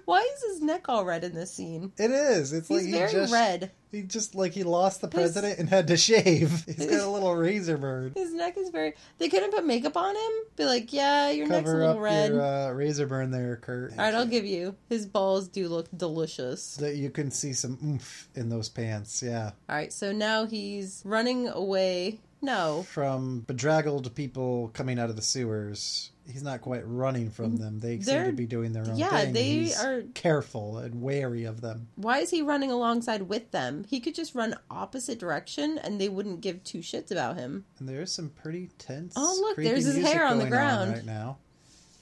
why is his neck all red in this scene? It is. It's He's like very he just red. he just like he lost the president and had to shave. He's got a little razor burn. His neck is very. They couldn't put makeup on him. Be like, yeah, your neck's a Cover little up red. your uh, razor burn there, Kurt. All right, I'll give you. His balls do look delicious. So that you can see some oomph in those pants. Yeah, All right, so now he's running away. No, from bedraggled people coming out of the sewers. He's not quite running from them. They seem Mm-hmm. They're- to be doing their own yeah, thing. and they he's are- careful and wary of them. why is he running alongside with them? He could just run opposite direction, and they wouldn't give two shits about him. And there's some pretty tense. Oh, look, creepy there's his music hair on the going ground. right now.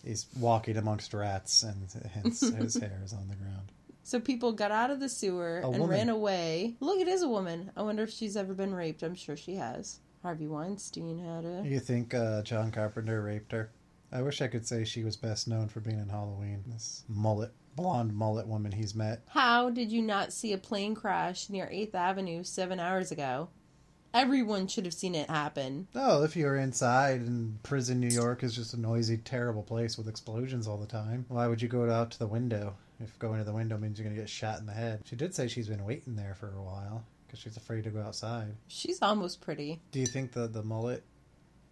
He's walking amongst rats, and hence his hair is on the ground. So people got out of the sewer A and woman. ran away. Look, it is a woman. I wonder if she's ever been raped. I'm sure she has. Harvey Weinstein had a. You think uh, John Carpenter raped her? I wish I could say she was best known for being in Halloween. This mullet, blonde mullet woman he's met. How did you not see a plane crash near 8th Avenue seven hours ago? Everyone should have seen it happen. Oh, if you were inside and prison New York is just a noisy, terrible place with explosions all the time, why would you go out to the window if going to the window means you're going to get shot in the head? She did say she's been waiting there for a while because she's afraid to go outside. She's almost pretty. Do you think the the mullet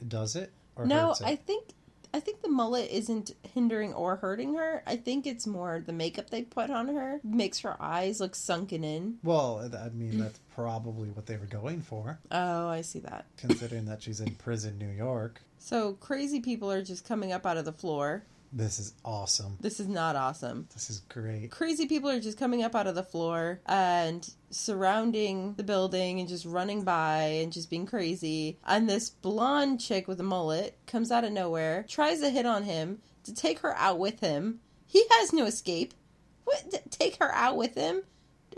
does it or no, hurts it? I think I think the mullet isn't hindering or hurting her. I think it's more the makeup they put on her makes her eyes look sunken in. Well, th- I mean that's probably what they were going for, Oh, I see that. considering that she's in prison, New York. So crazy people are just coming up out of the floor. This is awesome. This is not awesome. This is great. Crazy people are just coming up out of the floor and surrounding the building and just running by and just being crazy. And this blonde chick with a mullet comes out of nowhere, tries to hit on him to take her out with him. He has no escape. What? t- Take her out with him?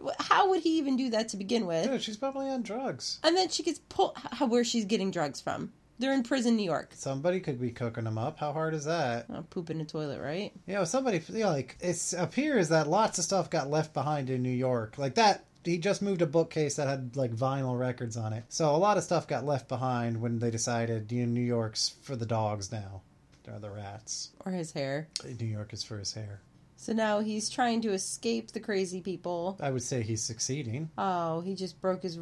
Wh- How would he even do that to begin with? Dude, she's probably on drugs. And then she gets pulled h- where she's getting drugs from. They're in prison, New York. Somebody could be cooking them up. How hard is that? Oh, poop in a toilet, right? You know, somebody you know, like it appears that lots of stuff got left behind in New York. Like that, he just moved a bookcase that had like vinyl records on it. So a lot of stuff got left behind when they decided you know, New York's for the dogs now, or the rats. Or his hair. New York is for his hair. So now he's trying to escape the crazy people. I would say he's succeeding. Oh, he just broke his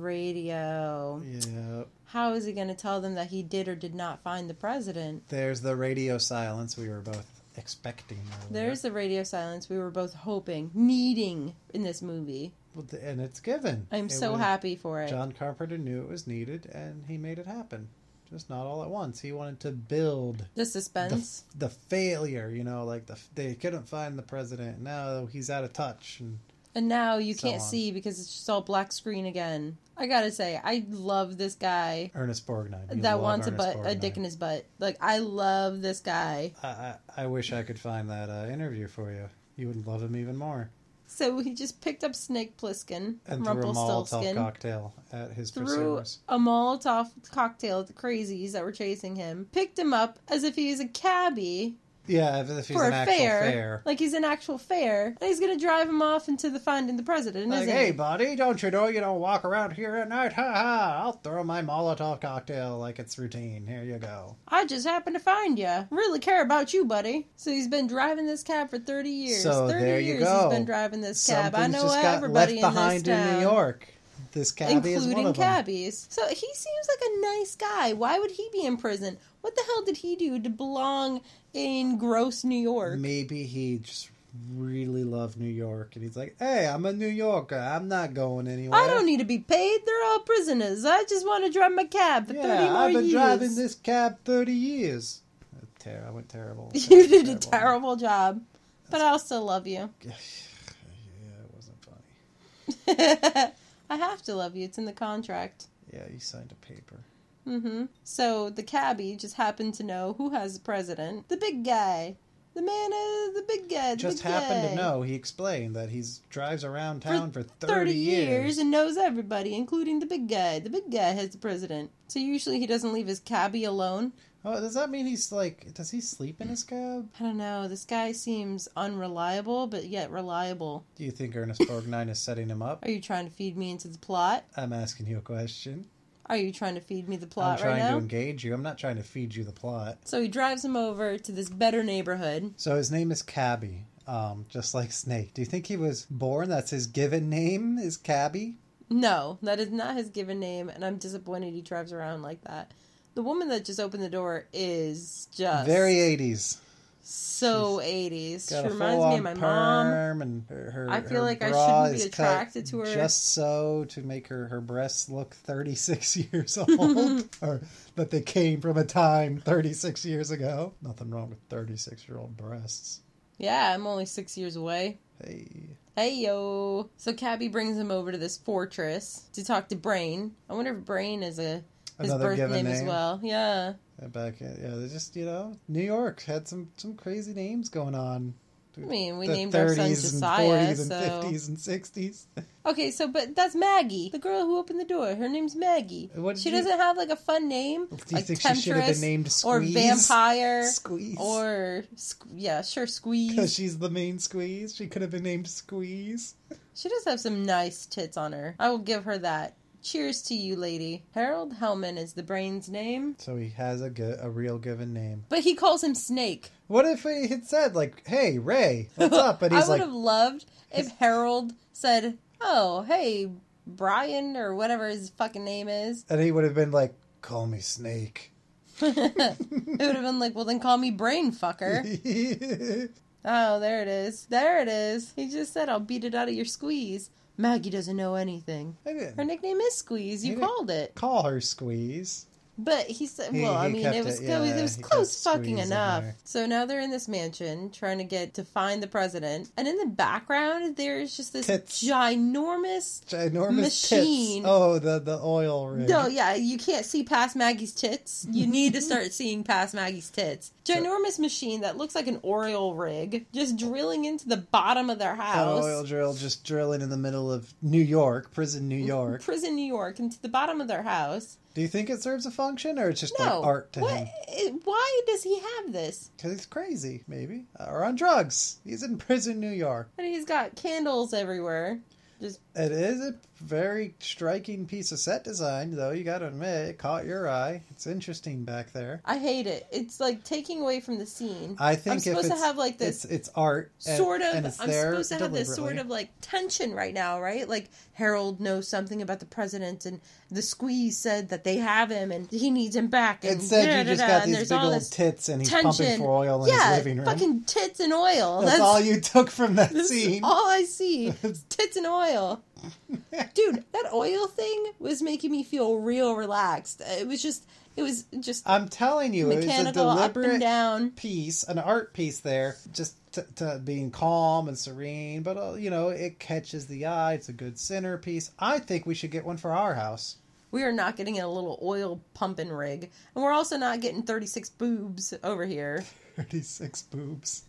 radio. Yeah. How is he going to tell them that he did or did not find the president? There's the radio silence we were both expecting. earlier. There's the radio silence we were both hoping, needing in this movie. Well, th- and it's given. I'm It so was- happy for it. John Carpenter knew it was needed, and he made it happen. Just not all at once. He wanted to build The the, suspense. f- the failure. You know, like the f- they couldn't find the president. Now he's out of touch. And and now you so can't on. see because it's just all black screen again. I got to say, I love this guy Ernest Borgnine. You that love wants Ernest a butt, a Borgnine. dick in his butt. Like I love this guy. I, I I wish I could find that uh, interview for you. You would love him even more. So he just picked up Snake Plissken, And threw a Molotov Rumpelstiltskin. cocktail at his threw pursuers. a Molotov cocktail at the crazies that were chasing him, picked him up as if he was a cabbie Yeah, if, if he's for an a actual fair, fair. like he's an actual fair, and he's gonna drive him off into the finding the president, Like, isn't hey, he? buddy, don't you know you don't walk around here at night? Ha ha! I'll throw my Molotov cocktail like it's routine. Here you go. I just happened to find you. Really care about you, buddy. So he's been driving this cab for thirty years. So thirty there you years go. he's been driving this cab. I know left everybody in this behind in, town. New York. This cabbie is one including of them. cabbies. So he seems like a nice guy. Why would he be in prison? What the hell did he do to belong in gross New York? Maybe he just really loved New York, and he's like, "Hey, I'm a New Yorker. I'm not going anywhere. I don't need to be paid. They're all prisoners. I just want to drive my cab for Yeah, 30 more I've been years. driving this cab thirty years. Ter- I went terrible. you did a terrible job, but I'll still love you. yeah, it wasn't funny. I have to love you. It's in the contract. Yeah, you signed a paper. Mm-hmm. So the cabbie just happened to know who has the president. The big guy. The man of the big guy. the Just big happened guy. to know. He explained that he's drives around town for, 30, 30 years. years and knows everybody, including the big guy. The big guy has the president. So usually he doesn't leave his cabbie alone. Oh, does that mean he's like? Does he sleep in his cab? I don't know. This guy seems unreliable, but yet reliable. Do you think Ernest Borgnine is setting him up? Are you trying to feed me into the plot? I'm asking you a question. Are you trying to feed me the I'm plot trying right now? to engage you. I'm not trying to feed you the plot. So he drives him over to this better neighborhood. So his name is Cabby, um, just like Snake. Do you think he was born? That's his given name, is Cabby? No, that is not his given name, and I'm disappointed he drives around like that. The woman that just opened the door is just Very 80s. so 80s. Got She a reminds me full-on of my mom. perm and her, her- I feel her like I bra shouldn't be is cut attracted to her. Just so to make her, her breasts look 36 years old. or that they came from a time 36 years ago. Nothing wrong with 36 year old breasts. Yeah, I'm only six years away. Hey. Hey yo. So Cabby brings him over to this fortress to talk to Brain. I wonder if Brain is a his Another birth given name, as name. well. Yeah. Yeah, Back in, yeah, they just, you know, New York had some, some crazy names going on. I mean, we the named our son 30s Josiah. and 40s so and 50s and 60s. okay, so but that's Maggie, the girl who opened the door. Her name's Maggie. What did she you- doesn't have like a fun name. Do you like think she should have Temptress been named or Squeeze? vampire Squeeze. or squ- yeah, sure Because squeeze. she's the main Squeeze. She could have been named Squeeze. She does have some nice tits on her. I will give her that. Cheers to you, lady. Harold Hellman is the brain's name, So he has a, gi- a real given name. but he calls him Snake. What if he had said, like, hey, Ray, what's up? But I he's would like, have loved if Harold said, "Oh, hey, Brian or whatever his fucking name is." and he would have been like, call me Snake. it would have been like, "Well, then call me Brain Fucker." That's oh, there it is. There it is. He just said, "I'll beat it out of your squeeze." Maggie doesn't know anything. Her nickname is Squeeze. He You didn't- called it, Call her Squeeze. but he said, He- "Well, I he mean, kept it was it, close- yeah, it was he kept close fucking Squeeze in enough." there. So now they're in this mansion trying to get to find the president, and in the background there's just this Tits. ginormous. Ginormous Machine. tits. Oh, the, the oil rig. No, yeah, you can't see past Maggie's tits. You need to start seeing past Maggie's tits. Ginormous machine that looks like an Oriole rig, just drilling into the bottom of their An house. oil drill just drilling in the middle of New York, prison New York. Prison, New York, into the bottom of their house. Do you think it serves a function or it's just No, like art to what? him? it- Why does he have this? Because he's crazy, maybe. Uh, Or on drugs. He's in prison, New York. And he's got candles everywhere. Just It is a very striking piece of set design, though. You gotta admit, it caught your eye. It's interesting back there. I hate it. It's like taking away from the scene. I think I'm if supposed it's, to have like this it's, it's art, and- sort of and it's I'm there supposed to have this sort deliberately. of like tension right now, right? Like Harold knows something about the president and the squeeze said that they have him and he needs him back and Instead, you just da-da-da-da, got and these there's big all old this tits, and he's pumping tension. for oil in yeah, his living room. fucking tits and oil. That's, all you took from that that's scene. all I see. is tits and oil. Dude, that oil thing was making me feel real relaxed. It was just it was just I'm telling you, Oh, it was a mechanical up and deliberate down. piece, an art piece there, just to, to being calm and serene. But uh, you know, it catches the eye. It's a good centerpiece. I think we should get one for our house. We are not getting a little oil pumping rig. And we're also not getting 36 boobs over here. Thirty-six boobs.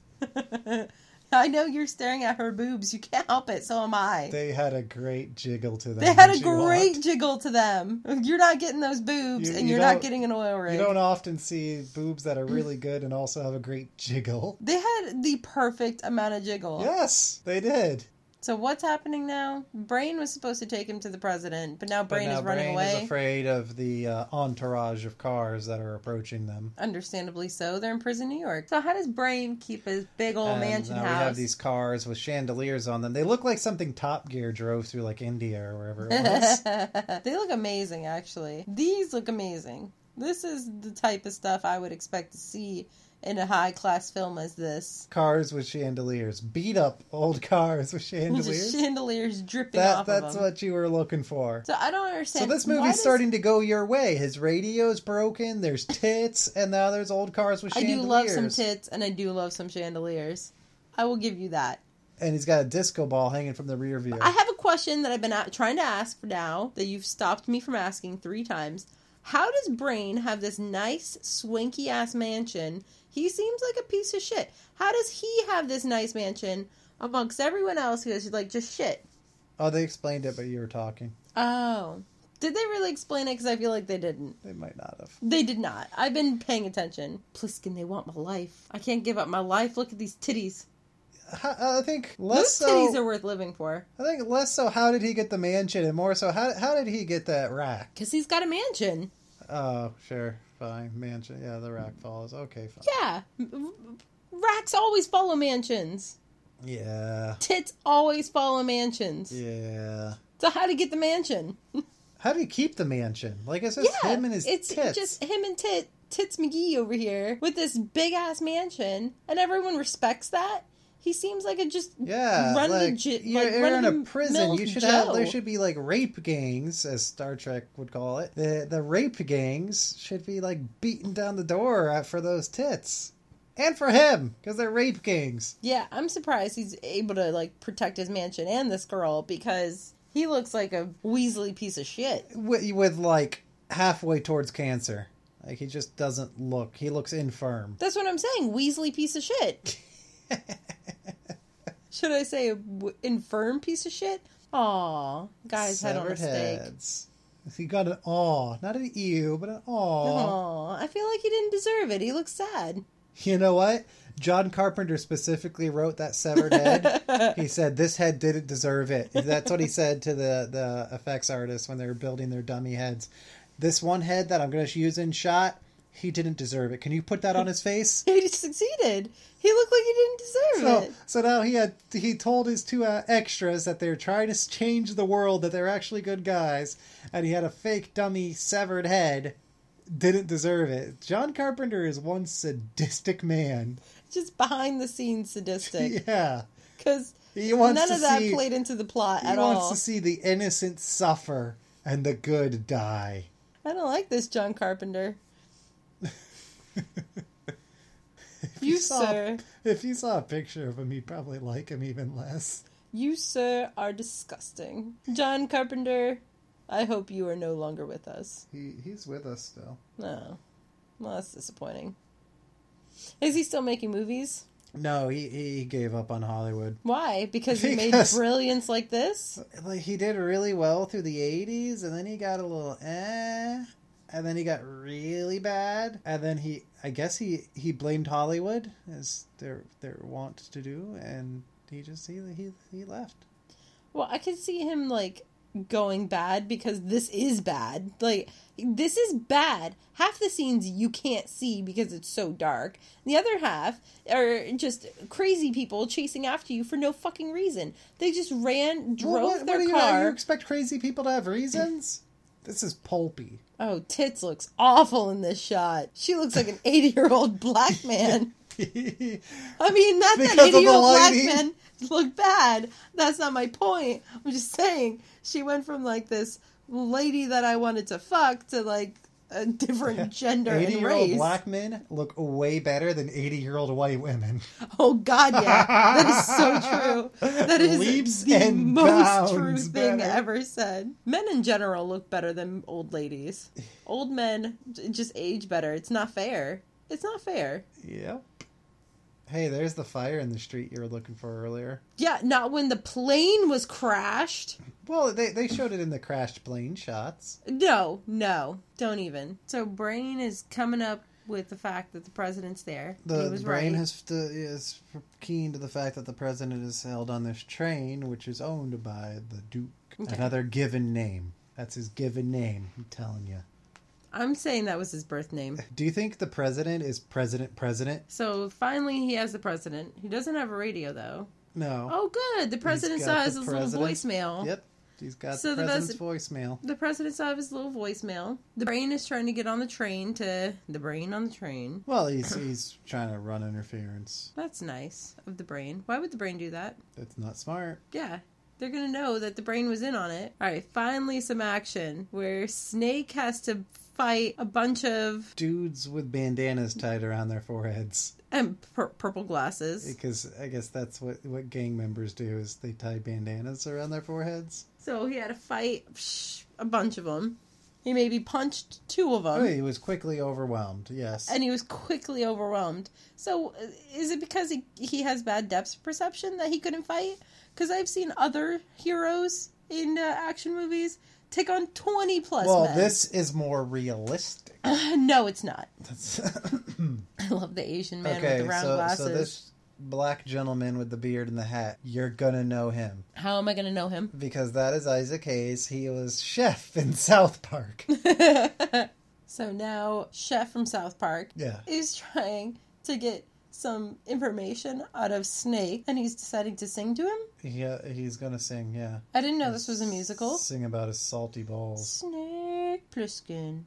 I know you're staring at her boobs. You can't help it. So am I. They, They had a great jiggle to them. had when a she great walked. jiggle to them. You're not getting those boobs, You- and you you're not don't- getting an oil rig. You don't often see boobs that are really good and also have a great jiggle. They had the perfect amount of jiggle. Yes, they did. So what's happening now? Brain was supposed to take him to the president, but now But Brain now is running Brain away. is afraid of the uh, entourage of cars that are approaching them. Understandably so. They're in prison, New York. So how does Brain keep his big old And mansion now house? We have these cars with chandeliers on them. They look like something Top Gear drove through, like India or wherever it was. they look amazing, actually. These look amazing. This is the type of stuff I would expect to see in a high class film as this. cars with chandeliers, beat up old cars with Just chandeliers. chandeliers dripping that off that's of them. what you were looking for. So I don't So understand. this why movie's does- starting to go your way. His radio's broken. There's tits, and now there's old cars with I do chandeliers. love some tits and I do love some chandeliers. I will give you that. And he's got a disco ball hanging from the rear view. I have a question that I've been a- trying to ask for now that you've stopped me from asking three times. How does Brain have this nice, swanky ass mansion? He seems like a piece of shit. How does he have this nice mansion amongst everyone else who is like just shit? Oh, they explained it, but you were talking. Oh. Did they really explain it? Because I feel like they didn't. They might not have. They did not. I've been paying attention. Pliskin, they want my life. I can't give up my life. Look at these titties. I I think Those less titties so. are worth living for. I think less so. How did he get the mansion, and more so, how how did he get that rack? Because he's got a mansion. Oh, sure, fine, mansion. Yeah, the rack falls. Okay, fine. Yeah. M- Racks always follow mansions. Yeah, Tits always follow mansions. yeah. So how to get the mansion? How do you keep the mansion? Like it's just him and his it's tits. just him and Tit Tits McGee over here with this big ass mansion, and everyone respects that. He seems like a just yeah, run the like, gi- you're, like, you're in run the a prison. mill You should Joe. have there should be like rape gangs, as Star Trek would call it. The the rape gangs should be like beating down the door at- for those tits, and for him because they're rape gangs. Yeah, I'm surprised he's able to like protect his mansion and this girl because he looks like a Weasley piece of shit. with, with like halfway towards cancer. Like he just doesn't look. He looks infirm. That's what I'm saying. Weasley piece of shit. Should I say a w- infirm piece of shit? Aw, guys had on a mistake. heads. He got an aw, not an ew, but an aw. Aw, I feel like he didn't deserve it. He looks sad. You know what? John Carpenter specifically wrote that severed head. he said this head didn't deserve it. That's what he said to the the effects artists when they were building their dummy heads. This one head that I'm going to use in shot, he didn't deserve it. Can you put that on his face? He succeeded. He looked like he didn't deserve So, it. so now he had he told his two uh, extras that they're trying to change the world, that they're actually good guys, and he had a fake dummy severed head. Didn't deserve it. John Carpenter is one sadistic man. Just behind the scenes sadistic. Yeah, Because he wants none to of that see. played into the plot he at wants all. to see the innocent suffer and the good die. I don't like this John Carpenter. you, saw- sir. If you saw a picture of him, you'd probably like him even less. You, sir, are disgusting. John Carpenter, I hope you are no longer with us. He he's with us still. No. Well, that's disappointing. Is he still making movies? No, he he gave up on Hollywood. Why? Because he Because- made brilliance like this? like he did really well through the 80s and then he got a little eh and then he got really bad and then he i guess he he blamed hollywood as their their want to do and he just he he, he left Well, I could see him like going bad because this is bad. Like this is bad. Half the scenes you can't see because it's so dark. The other half are just crazy people chasing after you for no fucking reason. They just ran, drove Well, what- their what do you, car. you expect crazy people to have reasons this is pulpy Oh, tits looks awful in this shot. She looks like an 80-year-old black man. I mean, not that Because of the 80 year old black lighting. men look bad. That's not my point. I'm just saying she went from like this lady that I wanted to fuck to like a different gender 80 and year old race. black men look way better than 80 year old white women Oh God, yeah, that is so true. That is Leaps the and most true bounds thing better. ever said. Men in general look better than old ladies. Old men j- just age better. It's not fair. It's not fair. yep hey there's the fire in the street you were looking for earlier Yeah, not when the plane was crashed. Well, they, they showed it in the crashed plane shots. No, no, don't even. So Brain is coming up with the fact that the president's there. The, he the was brain right. has to, is keen to the fact that the president is held on this train, which is owned by the Duke. Okay. Another given name. That's his given name. I'm telling you. I'm saying that was his birth name. Do you think the president is president president? So finally, he has the president. He doesn't have a radio though. No. Oh, good. The president got saw the his little president's- voicemail. Yep. He's got So the the president's best- voicemail. The president saw his little voicemail. The brain is trying to get on the train to the brain on the train. Well, he's he's trying to run interference. That's nice of the brain. Why would the brain do that? That's not smart. Yeah. They're going to know that the brain was in on it. All right, finally some action where Snake has to fight a bunch of Dudes with bandanas tied around their foreheads and um, pur- purple glasses. because I guess that's what what gang members do is they tie bandanas around their foreheads. So he had to fight psh, a bunch of them. He maybe punched two of them, Oh, he was quickly overwhelmed. Yes. Um, and he was quickly overwhelmed. So uh, is it because he he has bad depth perception that he couldn't fight? Because I've seen other heroes in uh, action movies take on twenty plus. well, men. this is more realistic. no, it's not. That's I love the Asian man with okay. the round so glasses. so this black gentleman with the beard and the hat, you're gonna know him How am I going to know him? because that is Isaac Hayes. He was chef in South Park. so now Chef from South Park yeah. is trying to get some information out of Snake and he's deciding to sing to him. Yeah, uh, he's gonna sing. Yeah. I didn't know this was a musical. Sing about his salty balls. Snake Plissken,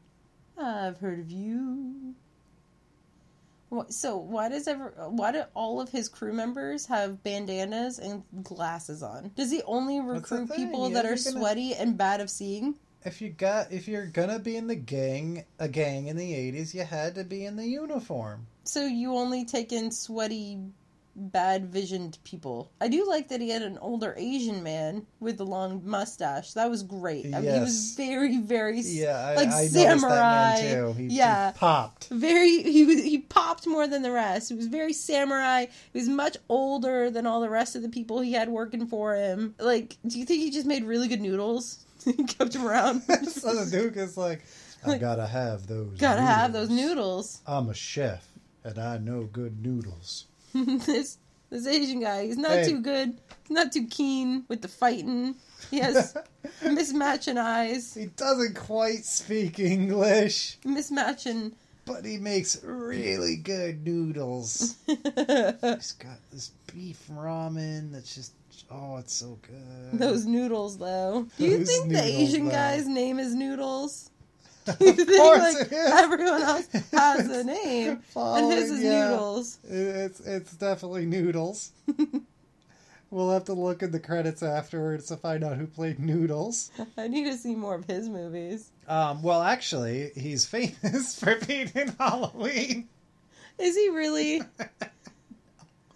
I've heard of you. What, so why does ever why do all of his crew members have bandanas and glasses on? Does he only That's the recruit thing, people yeah, that are you're gonna- sweaty and bad of seeing? If you got, if you're gonna be in the gang, a gang in the '80s, you had to be in the uniform. So you only take in sweaty, bad visioned people. I do like that he had an older Asian man with the long mustache. That was great. I mean, he was Yes. very, very, s- Yeah, I, like I samurai. noticed that man too. He, he yeah. popped. very he was he popped more than the rest. He was very samurai. He was much older than all the rest of the people he had working for him. Like, do you think he just made really good noodles? He kept him around. so the Duke is like, I gotta have those. Gotta have those noodles. noodles. I'm a chef, and I know good noodles. this this Asian guy. He's not Hey. too good. He's not too keen with the fighting. He has mismatching eyes, He doesn't quite speak English, mismatching. but he makes really good noodles. those He's got this beef ramen that's just oh, it's so good. noodles, though. Do you Those think the noodles, Asian though. guy's name is Noodles? of You think course like it is. everyone else has a name, and his Following, is yeah. Noodles. It- It's it's definitely noodles. we'll have to look in the credits afterwards to find out who played noodles. I need to see more of his movies. Um, well, actually, he's famous for being in Halloween. Is he really?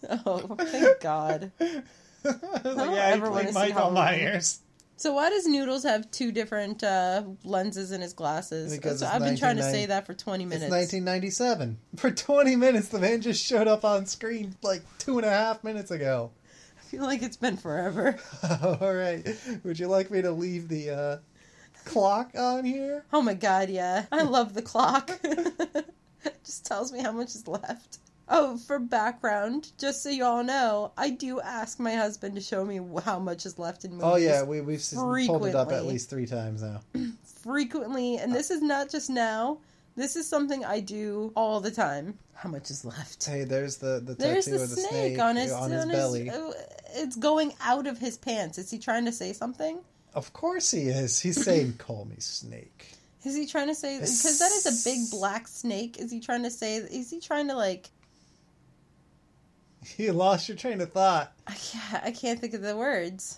Oh, thank God. Like, don't yeah, he ever wanna played see Michael Halloween. Myers. So why does Noodles have two different uh, lenses in his glasses? Because So it's I've been trying to 1990 say that for twenty minutes. It's 1997. For 20 minutes, the man just showed up on screen like two and a half minutes ago. I feel like it's been forever. All right. Would you like me to leave the uh, clock on here? Oh my god, yeah. I love the clock. It Just tells me how much is left. Oh, for background, just so y'all know, I do ask my husband to show me wh- how much is left in movies. Oh, yeah. We, we've s- pulled it up at Frequently. least three times now. frequently, and this is not just now. This is something I do all the time. How much is left? Hey, there's the, the tattoo There's the, of the snake, snake, on his, on his- belly. oh, it's going out of his pants. Is he trying to say something? Of course he is. He's saying, call me snake. Is he trying to say because that is a big black snake? Is he trying to say? Is he trying to like? You lost your train of thought. I can't. I can't think of the words.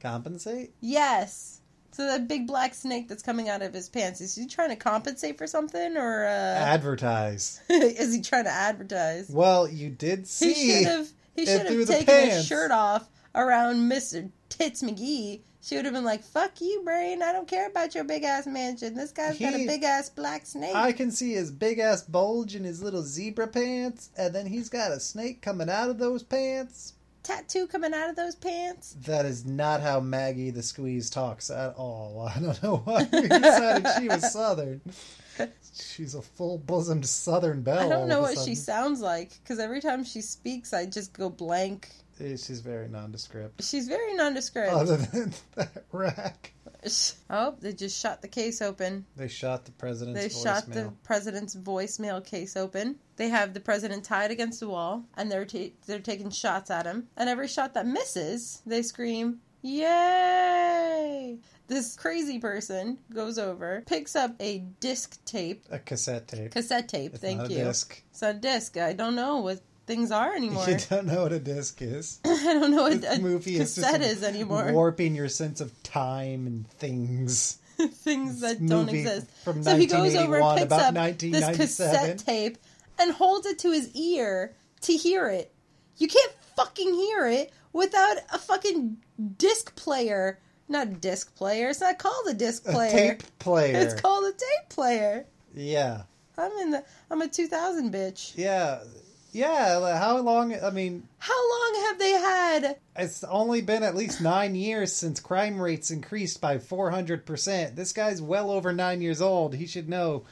Compensate? Yes. So that big black snake that's coming out of his pants. Is he trying to compensate for something, or uh, Advertise. is he trying to advertise? Well, you did see. He should have. He it should through have the taken his pants. shirt off around Mister Tits McGee. She would have been like, "Fuck you, brain! I don't care about your big ass mansion. This guy's got a He- big ass black snake." I can see his big ass bulge in his little zebra pants, and then he's got a snake coming out of those pants. tattoo coming out of those pants. That is not how Maggie the Squeeze talks at all. I don't know why we decided she was Southern. She's a full bosomed Southern belle. I all don't of know a what she sudden. sounds like because every time she speaks, I just go blank. Eh, She's very nondescript. She's very nondescript. Other than that rack, oh, they just shot the case open. they shot the president's they voicemail. shot the president's voicemail case open. They have the president tied against the wall, and they're ta- they're taking shots at him. And every shot that misses, they scream, "Yay!" This crazy person goes over, picks up a disc tape, A cassette tape. cassette tape. It's thank not a you. disc. It's not a disc. I don't know what things are anymore. You don't know what a disc is. I don't know what This a movie is just cassette is anymore. warping your sense of time and things. things that don't movie exist. from So he goes over and 1981, picks about up this 1997. cassette tape and holds it to his ear to hear it. You can't fucking hear it without a fucking disc player. Not disc player. It's not called a disc A player. tape player. It's called a tape player. yeah. I'm in the. I'm a 2000 bitch. Yeah. Yeah. like, How long? I mean, How long have they had? it's only been at least nine years since crime rates increased by 400%. This guy's well over nine years old. He should know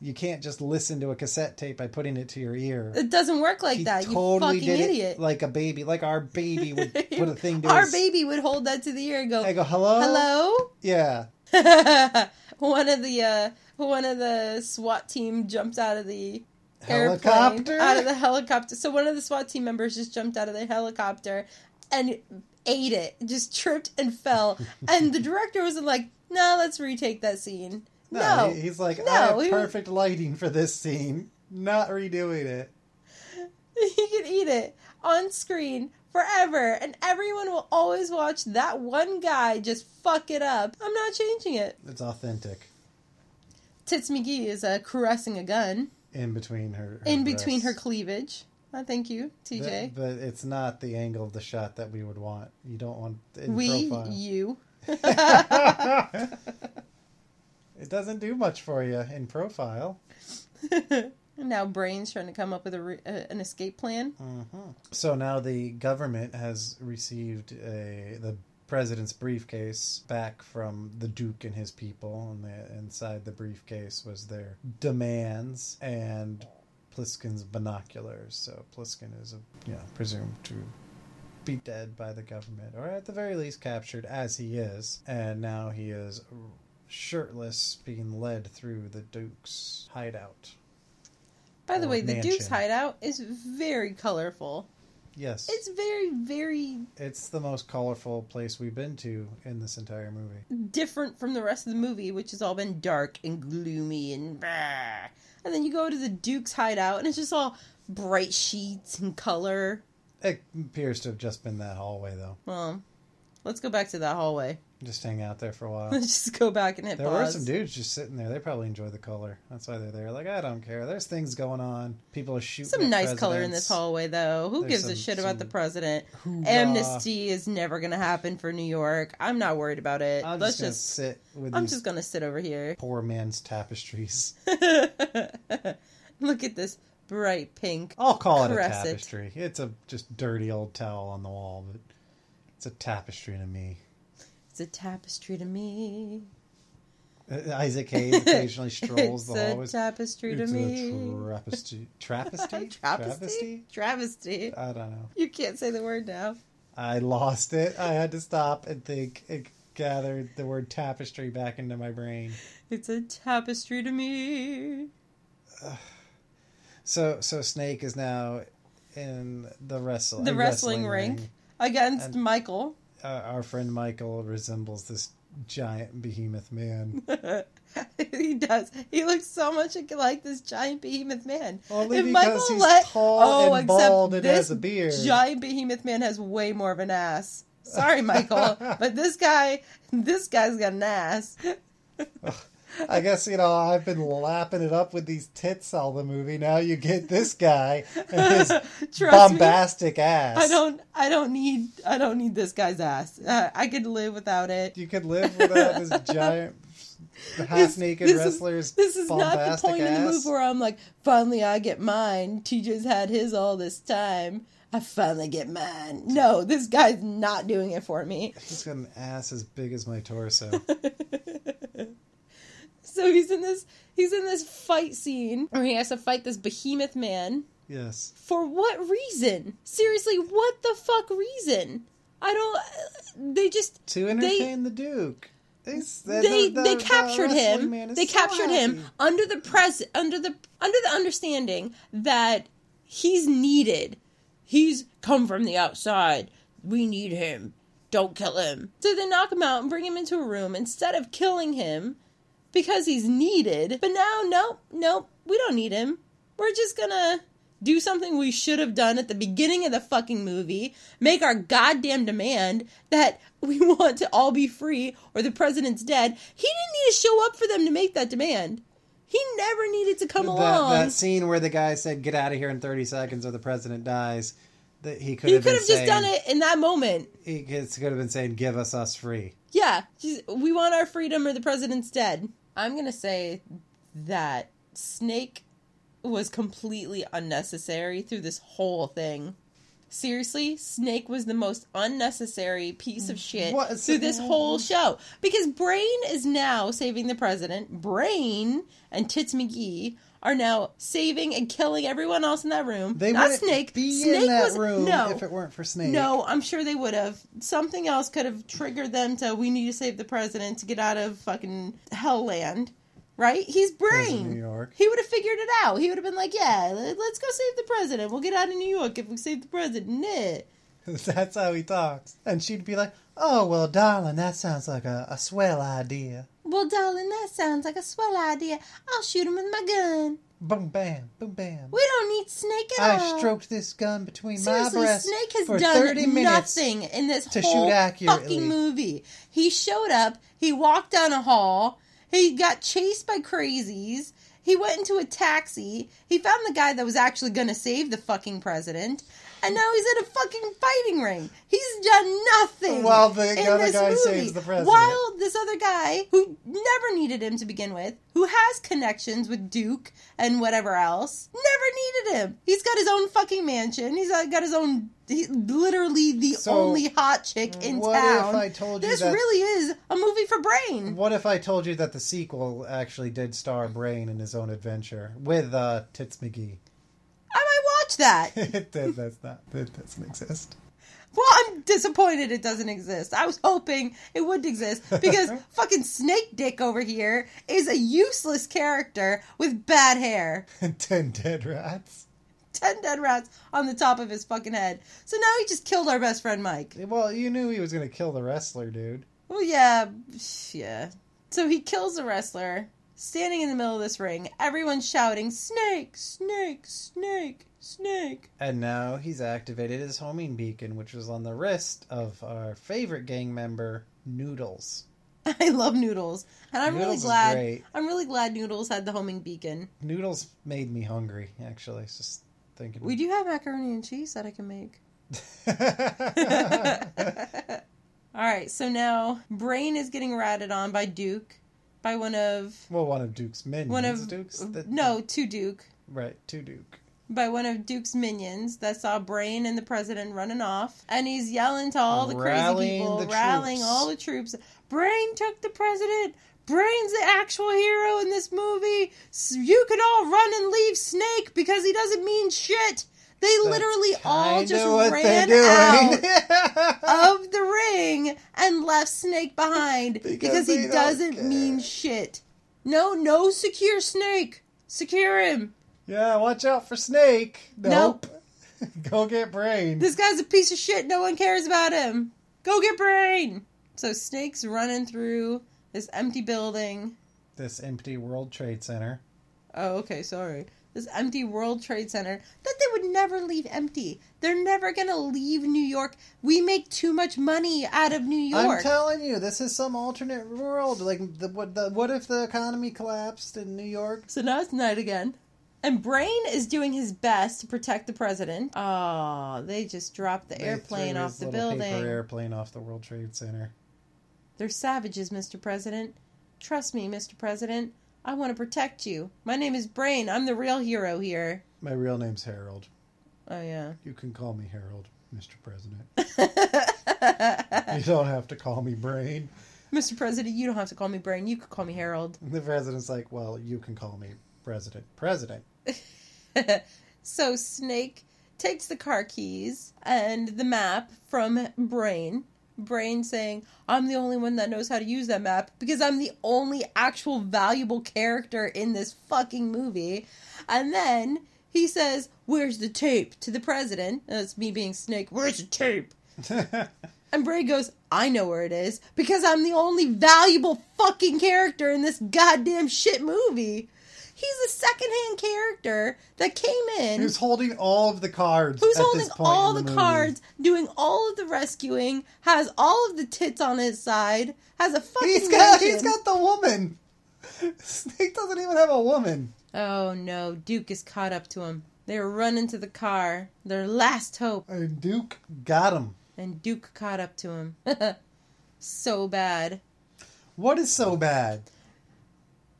you can't just listen to a cassette tape by putting it to your ear. It doesn't work like He that. totally you did fucking it idiot. like a baby. Like our baby would put a thing to Our his... baby would hold that to the ear and go, I go, hello? "Hello." Yeah. one of the uh, one of the SWAT team jumped out of the Helicopter? airplane, out of the helicopter. So one of the SWAT team members just jumped out of the helicopter and ate it, just tripped and fell. and the director was like, "No, let's retake that scene." No, No, he- he's like, No, I he have was- perfect lighting for this scene. Not redoing it. you can eat it on screen forever, and everyone will always watch that one guy just fuck it up. I'm not changing it. It's authentic. Tits McGee is uh, caressing a gun In between her, her in between her breasts. cleavage. Uh, thank you, TJ. Th- but it's not the angle of the shot that we would want. You don't want in we, profile. you. It doesn't do much for you in profile. now brain's trying to come up with a re- uh, an escape plan. So now the government has received a the president's briefcase back from the duke and his people, and the, inside the briefcase was their demands and Pliskin's binoculars. So Pliskin is, a, you know, presumed to be dead by the government, or at the very least captured as he is, and now he is shirtless, being led through the duke's hideout. By the Or way, the Duke's mansion. hideout is very colorful. Yes, It's very, very It's the most colorful place we've been to in this entire movie. different from the rest of the movie, which has all been dark and gloomy and bah. And then you go to the Duke's hideout, and it's just all bright sheets and color. It appears to have just been that hallway, though. Well, let's go back to that hallway. Just hang out there for a while. Let's just go back and hit There were pause. some dudes just sitting there. They probably enjoy the color. That's why they're there. Like, I don't care. There's things going on. People are shooting. Some at nice color in presidents. this hallway, though. Who There's gives a some- shit about the some president? hoorah. Amnesty is never going to happen for New York. I'm not worried about it. I'm Let's just going to just. sit with I'm these just going to sit over here. poor man's tapestries. Look at this bright pink. I'll call it a Caress it. tapestry. It's a just dirty old towel on the wall, but it's a tapestry to me. It's a tapestry to me. Uh, Isaac Hayes occasionally strolls the it's hallways. a tapestry to It's me. a travesty. Travesty? Travesty? travesty? Travesty. I don't know. You can't say the word now. I lost it. I had to stop and think and gather the word tapestry back into my brain. It's a tapestry to me. So so Snake is now in the wrestling The wrestling, rink against And- Michael. Uh, our friend Michael resembles this giant behemoth man. he does. He looks so much like this giant behemoth man. Only If because Michael he's let- tall and except bald and this has a beard. Giant behemoth man has way more of an ass. Sorry, Michael, but this guy, this guy's got an ass. I guess you know I've been lapping it up with these tits all the movie. Now you get this guy and his Trust me, bombastic ass. I don't. I don't need. I don't need this guy's ass. Uh, I could live without it. You could live without this giant, half naked This is- wrestler's This is not the bombastic point in the ass. movie where I'm like, finally I get mine. TJ's had his all this time. I finally get mine. No, this guy's not doing it for me. He's got an ass as big as my torso. So he's in this. He's in this fight scene where he has to fight this behemoth man. yes. For what reason? Seriously, what the fuck reason? I don't. They just To They, entertain the Duke. They, they they captured him. They captured him under the pres under the under the understanding that he's needed. He's come from the outside. We need him. Don't kill him. So they knock him out and bring him into a room instead of killing him because he's needed. But now, nope, nope, we don't need him. We're just gonna do something we should have done at the beginning of the fucking movie, make our goddamn demand that we want to all be free or the president's dead. He didn't need to show up for them to make that demand. He never needed to come That, along. that scene where the guy said, "Get out of here in 30 seconds, or the president dies," that he could he have could been have just saying, done it in that moment. He could could have been saying, "Give us us free." Yeah, just, we want our freedom or the president's dead. I'm going to say that Snake was completely unnecessary through this whole thing. Seriously, Snake was the most unnecessary piece of shit What? through this whole show. Because Brain is now saving the president. Brain and Tits McGee are now saving and killing everyone else in that room. They Not wouldn't Snake. be Snake in that was room no. if it weren't for Snake. No, I'm sure they would have. Something else could have triggered them to we need to save the president to get out of fucking hell land, right? He's President brain. of New York. He would have figured it out. He would have been like, "Yeah, le- let's go save the president. We'll get out of New York if we save the president." Nah. That's how he talks. And she'd be like, "Oh well, darling, that sounds like a, a swell idea." Well, darling, that sounds like a swell idea. I'll shoot him with my gun. Boom, bam, boom, bam. We don't need Snake at all. I stroked this gun between Seriously, my breasts Snake has for done 30 minutes. nothing in this to whole shoot accurately. fucking movie. He showed up. He walked down a hall. He got chased by crazies. He went into a taxi. He found the guy that was actually going to save the fucking president. And now he's in a fucking fighting ring. He's done nothing. While the in other this guy movie. saves the president. While this other guy, who never needed him to begin with, who has connections with Duke and whatever else, never needed him. He's got his own fucking mansion. He's uh, got his own, he, literally the So, only hot chick in what town. if I told you this that- really is a movie for brain. What if I told you that the sequel actually did star Brain in his own adventure with uh, Tits McGee? I might watch that. it did. That's not. That doesn't exist. Well, I'm disappointed it doesn't exist. I was hoping it would exist because fucking Snake Dick over here is a useless character with bad hair. Ten dead rats. Ten dead rats on the top of his fucking head. So now he just killed our best friend Mike. Well, you knew he was going to kill the wrestler, dude. Well, yeah, yeah. So he kills the wrestler, standing in the middle of this ring. Everyone's shouting, Snake, Snake, Snake, Snake. And now he's activated his homing beacon, which was on the wrist of our favorite gang member, Noodles. I love Noodles. And I'm Noodles really is glad. great. I'm really glad Noodles had the homing beacon. Noodles made me hungry, actually. I was just thinking. We do have macaroni and cheese that I can make. All right, so now Brain is getting ratted on by Duke, by one of well, one of Duke's minions. one of uh, Duke's that- no to Duke, Right, to Duke. by one of Duke's minions that saw Brain and the president running off, and he's yelling to all the crazy Rallying people, the rallying troops. all the troops. Brain took the president. Brain's the actual hero in this movie. S- You can all run and leave Snake because he doesn't mean shit. They literally all Kinda just what ran they're out. doing. of the ring and left Snake behind because, Because they he don't doesn't care. mean shit. No, no, secure Snake. Secure him. yeah, watch out for Snake. Nope. Nope. Go get Brain. This guy's a piece of shit. No one cares about him. Go get Brain. So Snake's running through this empty building. this empty World Trade Center. Oh, okay, sorry. This empty World Trade Center that they would never leave empty. They're never gonna leave New York. We make too much money out of New I'm York. telling you, this is some alternate world. Like, the, what, the, what if the economy collapsed in New York? So now it's night again. And Brain is doing his best to protect the president. Oh, they just dropped the They airplane threw off his the little building. Paper airplane off the World Trade Center. They're savages, Mr. President. Trust me, Mr. President. I want to protect you. My name is Brain. I'm the real hero here. My real name's Harold. Oh, yeah. You can call me Harold, Mr. President. you don't have to call me Brain. Mr. President, you don't have to call me Brain. You could call me Harold. And the president's like, well, you can call me President. President. So Snake takes the car keys and the map from Brain. Brain saying, I'm the only one that knows how to use that map because I'm the only actual valuable character in this fucking movie. And then he says, Where's the tape? to the president. And That's me being Snake, Where's the tape? And Brain goes, I know where it is because I'm the only valuable fucking character in this goddamn shit movie. He's a secondhand character that came in. Who's holding all of the cards? Who's at holding this point all in the, movie? cards, doing all of the rescuing, has all of the tits on his side, has a fucking He's got mansion. he's got the woman. Snake doesn't even have a woman. Oh no, Duke is caught up to him. They're running to the car, their last hope, And Duke got him. and Duke caught up to him. so bad. What is so bad?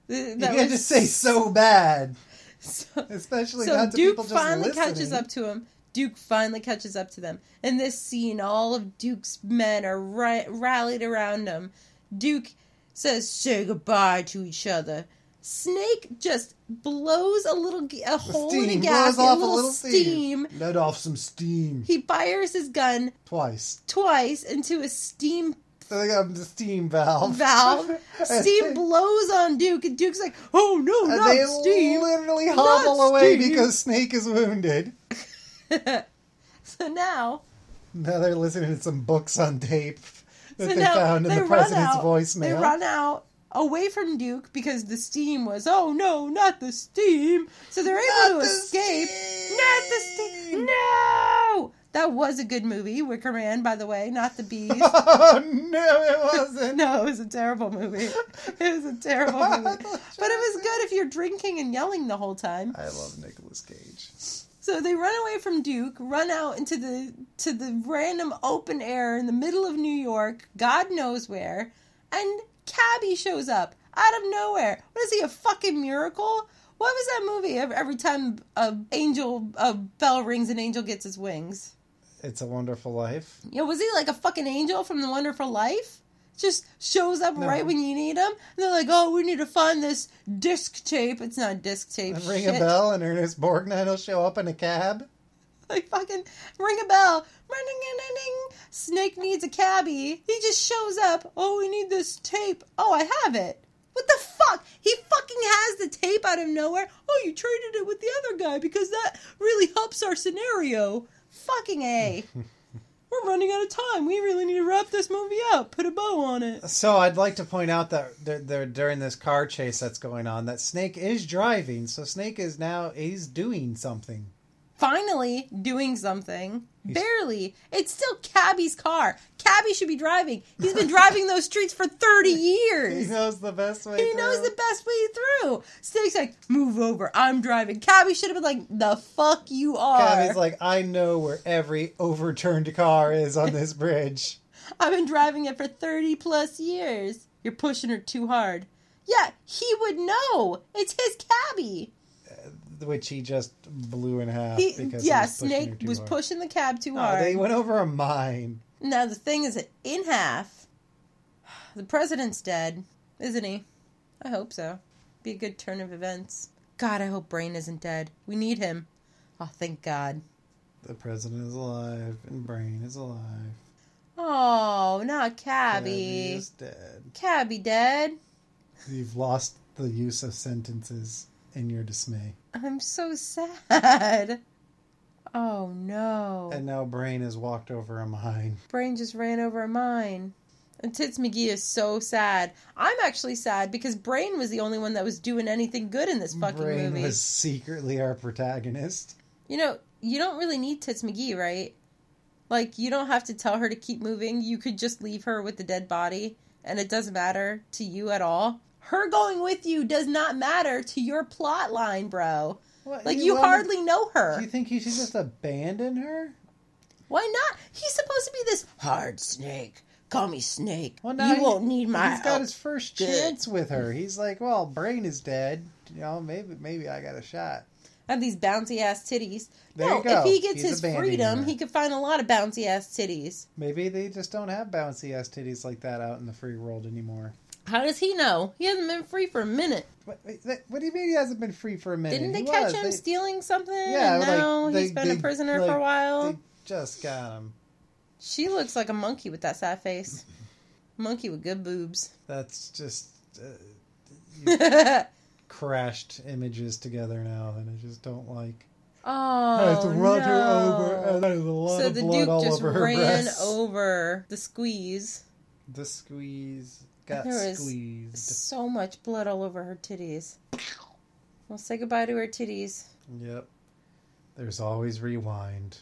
Th- you That can't was just say so bad, so- especially so not to Duke people just eh? finally listening. catches up to him. Duke finally catches up to them. In this scene, all of Duke's men are ri- rallied around him. Duke says, "Say goodbye to each other." Snake just blows a little g- a The hole in a steam gasket, blows a off little, steam. Let off some steam He fires his gun twice. twice into a steam So they got the steam valve. valve. And Steam they- blows on Duke, and Duke's like, "Oh no, and not they steam!" literally Not hobble away steam. because Snake is wounded. so now Now they're listening to some books on tape that so they now found in they the run president's out, They voicemail. run out away from Duke because the steam was, oh no, not the steam. So they're able Not to the escape. steam! Not the steam. No! That was a good movie, Wicker Man, by the way, not the bees. Oh no, it wasn't. no, it was a terrible movie. It was a terrible I movie. thought But it was good if you're drinking and yelling the whole time. I love Nicolas Cage. So they run away from Duke, run out into the to the random open air in the middle of New York, God knows where, and Cabby shows up out of nowhere. What is he a fucking miracle? What was that movie? Ev- Every time a angel a bell rings, an angel gets his wings. It's a Wonderful Life. Yeah, was he like a fucking angel from The Wonderful Life? Just shows up No. right when you need him. And they're like, "Oh, we need to find this disc tape." It's not disc tape. And ring shit. a bell, and Ernest Borgnine will show up in a cab. Like fucking ring a bell. Ring-a-ding-a-ding. Snake needs a cabbie. He just shows up. Oh, we need this tape. Oh, I have it. What the fuck? He fucking has the tape out of nowhere. Oh, you traded it with the other guy because that really helps our scenario. Fucking A. We're running out of time. We really need to wrap this movie up. Put a bow on it. So I'd like to point out that there, there, during this car chase that's going on, that Snake is driving. So Snake is now he's doing something. finally doing something. Barely. It's still Cabby's car. Cabby should be driving. He's been driving those streets for 30 He years. knows the best way. He knows through. the best way through. Snake's like, move over. I'm driving. Cabby should have been like, the fuck you are. Cabby's like, I know where every overturned car is on this bridge. I've been driving it for 30 plus years. You're pushing her too hard. Yeah, he would know. It's his Cabby. which he just blew in half He, because he yeah, was pushing her Snake too was hard. pushing the cab too No, hard. they went over a mine. Now the thing is that in half, the president's dead, isn't he? I hope so. Be a good turn of events. God, I hope Brain isn't dead. We need him. Oh, thank God. The president is alive and Brain is alive. Oh, not Abby Cabby. is dead. Cabby dead. You've lost the use of sentences in your dismay. I'm so sad. Oh no. And now Brain has walked over a mine. Brain just ran over a mine. And Tits McGee is so sad. I'm actually sad because Brain was the only one that was doing anything good in this fucking Brain movie. was secretly our protagonist. You know, you don't really need Tits McGee, right? Like, you don't have to tell her to keep moving. You could just leave her with the dead body, and it doesn't matter to you at all. Her going with you does not matter to your plot line, bro. Like, you hardly know Do her. you think he should just abandon her? Why not? He's supposed to be this hard snake. Call me Snake. Well, now you he- won't need my He's got help. his first Good. chance with her. He's like, well, Brain is dead. You know, maybe maybe I got a shot. And these bouncy ass titties. There no, you go. if he gets He's his abandoning freedom, her. he could find a lot of bouncy ass titties. Maybe they just don't have bouncy ass titties like that out in the free world anymore. How does he know? He hasn't been free for a minute. What, wait, that- what do you mean he hasn't been free for a minute? Didn't they He catch was. him They- stealing something? Yeah, and like, now they- he's been they- a prisoner for like, a while. They just got him. She looks like a monkey with that sad face. monkey with good boobs. That's just uh, oh, crashed images together now, and I just don't like. I have to run her over, Oh, no. and there's a lot So of the blood Duke all just over her ran breasts. over the squeeze. The squeeze got There was squeezed. So much blood all over her titties. We'll say goodbye to her titties. Yep. There's always rewind.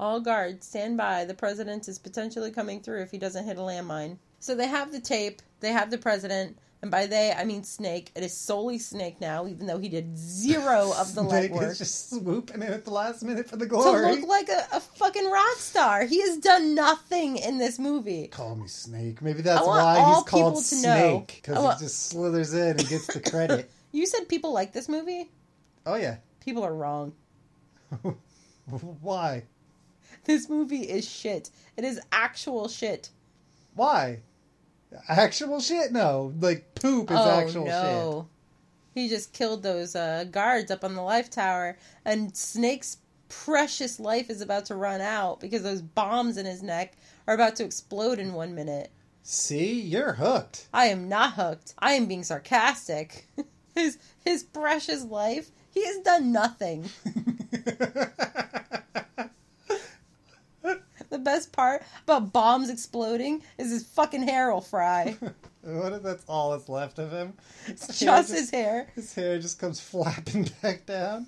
All guards, stand by. The president is potentially coming through if he doesn't hit a landmine. So they have the tape, they have the president, and by they I mean Snake. It is solely Snake now, even though he did zero Oh, of the Snake legwork. is just swooping in at the last minute for the To glory. look like a, a fucking rock star. He has done nothing in this movie. Call me Snake. Maybe that's I want why all he's called people to know. Snake I because want- he just slithers in and gets the credit. You said people like this movie? oh yeah. People are wrong. Why? This movie is shit. It is actual shit. Why? Actual shit? No, like poop is actual shit. Oh, He just killed those uh, guards up on the life tower, and Snake's precious life is about to run out because those bombs in his neck are about to explode in one minute. See, you're hooked. I am not hooked. I am being sarcastic. his his precious life. He has done nothing. The best part about bombs exploding is his fucking hair will fry. what if that's all that's left of him? It's just his hair. His hair just comes flapping back down.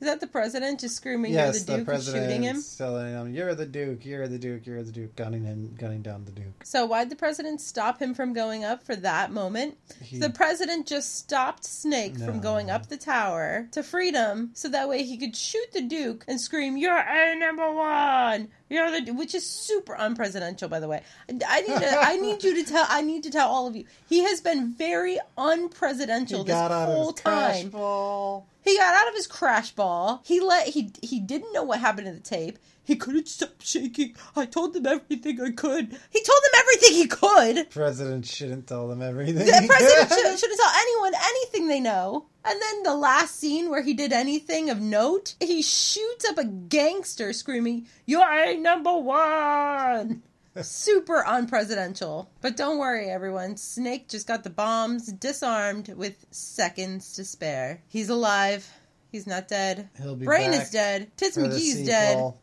Is that the president just screaming at yes, the Duke the and president shooting him? telling him, "You're the Duke. You're the Duke. You're the Duke." Gunning him, gunning down the Duke. So why'd the president stop him from going up for that moment? He- The president just stopped Snake from No. going up the tower to freedom, so that way he could shoot the Duke and scream, "You're a number one! You're the," which is super unpresidential, by the way. I need to, I need you to tell, I need to tell all of you, he has been very he unpresidential this got out of whole his crash time. ball. He got out of his crash ball. He let he he didn't know what happened to the tape. He couldn't stop shaking. I told them everything I could. He told them everything he could. President shouldn't tell them everything. The president should, shouldn't tell anyone anything they know. And then the last scene where he did anything of note, he shoots up a gangster screaming, "You're a number one!" Super unpresidential. But don't worry, everyone. Snake just got the bombs disarmed with seconds to spare. He's alive. He's not dead. He'll be Brain back is dead. Tits for the McGee's dead. sequel.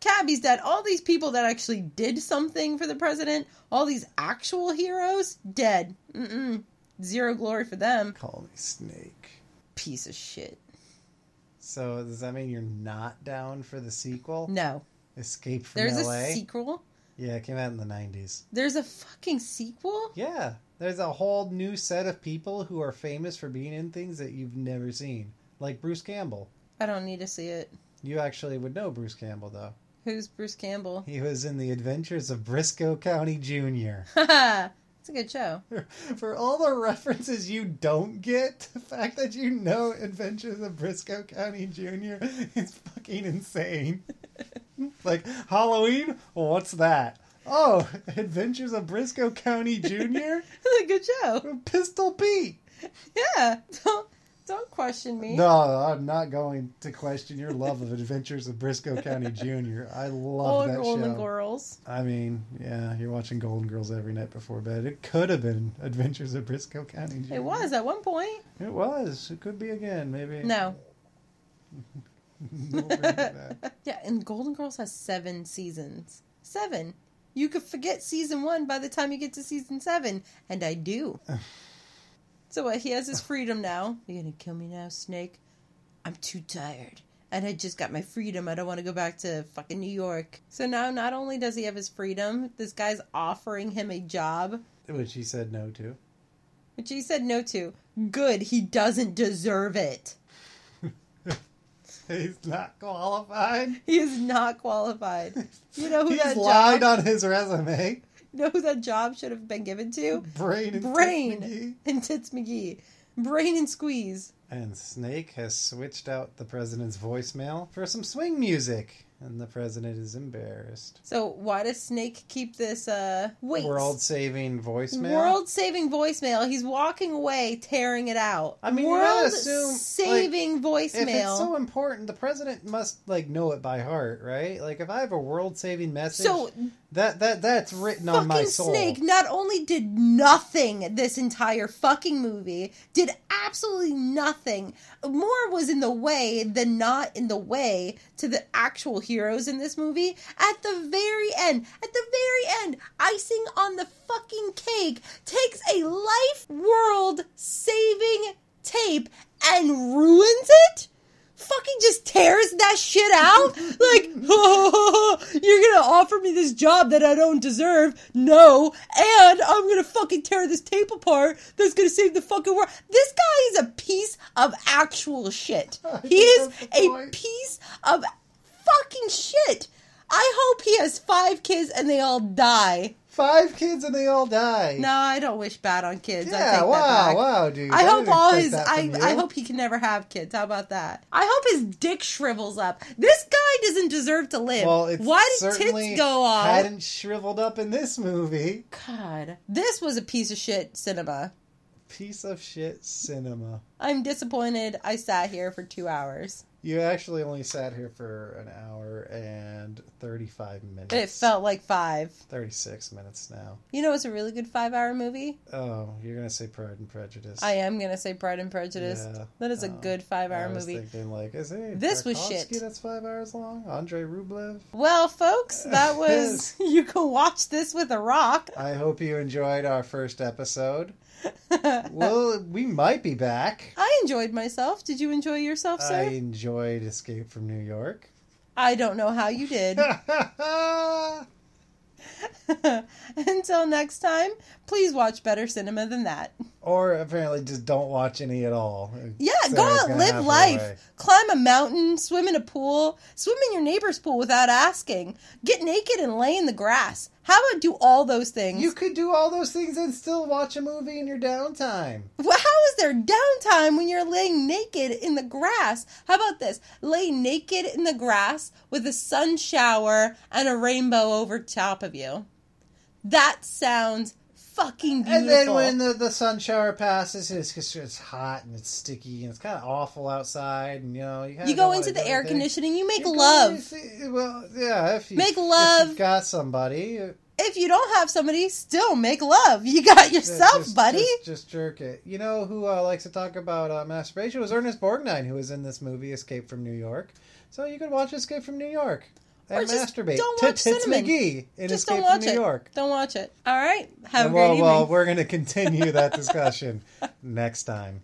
Cabby's dead. All these people that actually did something for the president, all these actual heroes, dead. Mm-mm. Zero glory for them. Call me Snake. Piece of shit. So does that mean you're not down for the sequel? No. Escape from There's LA. a sequel. yeah, it came out in the '90s. There's a fucking sequel? Yeah, there's a whole new set of people who are famous for being in things that you've never seen, like Bruce Campbell. I don't need to see it. You actually would know Bruce Campbell, though. Who's Bruce Campbell? He was in The Adventures of Briscoe County Jr. Haha. It's a good show. For all the references you don't get, the fact that you know Adventures of Briscoe County Jr. is fucking insane. like, Halloween? What's that? Oh, Adventures of Briscoe County Jr.? It's a good show. Pistol Pete! Yeah. Don't don't question me. No, I'm not going to question your love of Adventures of Briscoe County Jr. I All love that Golden show. Girls. I mean, yeah, you're watching Golden Girls every night before bed. It could have been Adventures of Briscoe County Jr. It was at one point. It was. It could be again, maybe. No. We'll bring it back. Yeah, and Golden Girls has seven seasons. Seven. You could forget season one by the time you get to season seven, and I do. so what? He has his freedom now. You're gonna kill me now, Snake. I'm too tired, and I just got my freedom. I don't want to go back to fucking New York. So now, not only does he have his freedom, this guy's offering him a job, Which he said no to. which he said no to. Good. He doesn't deserve it. He's not qualified. He is not qualified. You know who He's that lied job? on his resume. You know who that job should have been given to? Brain and Brain McGee. and Tits McGee. Brain and Squeeze. And Snake has switched out the president's voicemail for some swing music. And the president is embarrassed. So why does Snake keep this uh wait World saving voicemail. world saving voicemail? He's walking away tearing it out. I mean, you gotta world assume, saving if it's so voicemail. important, the president must like know it by heart, right? Like if I have a world saving message, So, that that that's written on my fucking soul. Snake not only did nothing this entire fucking movie, did absolutely nothing. More was in the way than not in the way to the actual heroes in this movie. At the very end, at the very end, icing on the fucking cake takes a life world saving tape and ruins it? Fucking just tears that shit out? like, you're gonna offer me this job that I don't deserve? No. And I'm gonna fucking tear this tape apart that's gonna save the fucking world. This guy is a piece of actual shit. He is That's the a point. piece of fucking shit. I hope he has five kids and they all die. Five kids and they all die. No, I don't wish bad on kids. I Yeah, take that wow, back. wow, dude. I hope didn't all expect his that I, from you. I hope he can never have kids. How about that? I hope his dick shrivels up. This guy doesn't deserve to live. well, it's Why did certainly tits go off? Hadn't shriveled up in this movie. God, this was a piece of shit cinema. Piece of shit cinema. I'm disappointed. I sat here for two hours. You actually only sat here for an hour and thirty-five minutes. It felt like five. thirty-six minutes now. You know, it's a really good five-hour movie. Oh, you're gonna say Pride and Prejudice? I am gonna say Pride and Prejudice. Yeah, that is a no. good I five-hour was movie. thinking like, is it This was Tarkovsky shit. That's five hours long. Andre Rublev. Well, folks, that was you can watch this with a rock. I hope you enjoyed our first episode. well, we might be back. I enjoyed myself. Did you enjoy yourself, I sir? enjoyed Escape from New York. I, don't know how you did. Until next time, please watch better cinema than that. or apparently just don't watch any at all. Yeah, go Sarah's gonna out, have live her life. way. Climb a mountain, swim in a pool, swim in your neighbor's pool without asking. Get naked and lay in the grass. How about do all those things? You could do all those things and still watch a movie in your downtime. Well, how is there downtime when you're laying naked in the grass? How about this? Lay naked in the grass with a sun shower and a rainbow over top of you. That sounds fucking beautiful. And then when the, the sun shower passes, it's just it's hot and it's sticky and it's kind of awful outside. And you know, you, kinda you go don't into wanna the do air anything. conditioning, you make You go love. and see- well, yeah, if you Make if you've love. got somebody. uh, If you don't have somebody, still make love. You got yourself, just- buddy. Just, just jerk it. You know who uh, likes to talk about uh, masturbation was Ernest Borgnine, who was in this movie Escape from New York. So you could watch Escape from New York and Or just masturbate. don't to watch Tits Cinnamon. McGee in Just Escape don't watch from New it. York. Don't watch it. All right. Have a well, great evening. well, we're going to continue that discussion next time.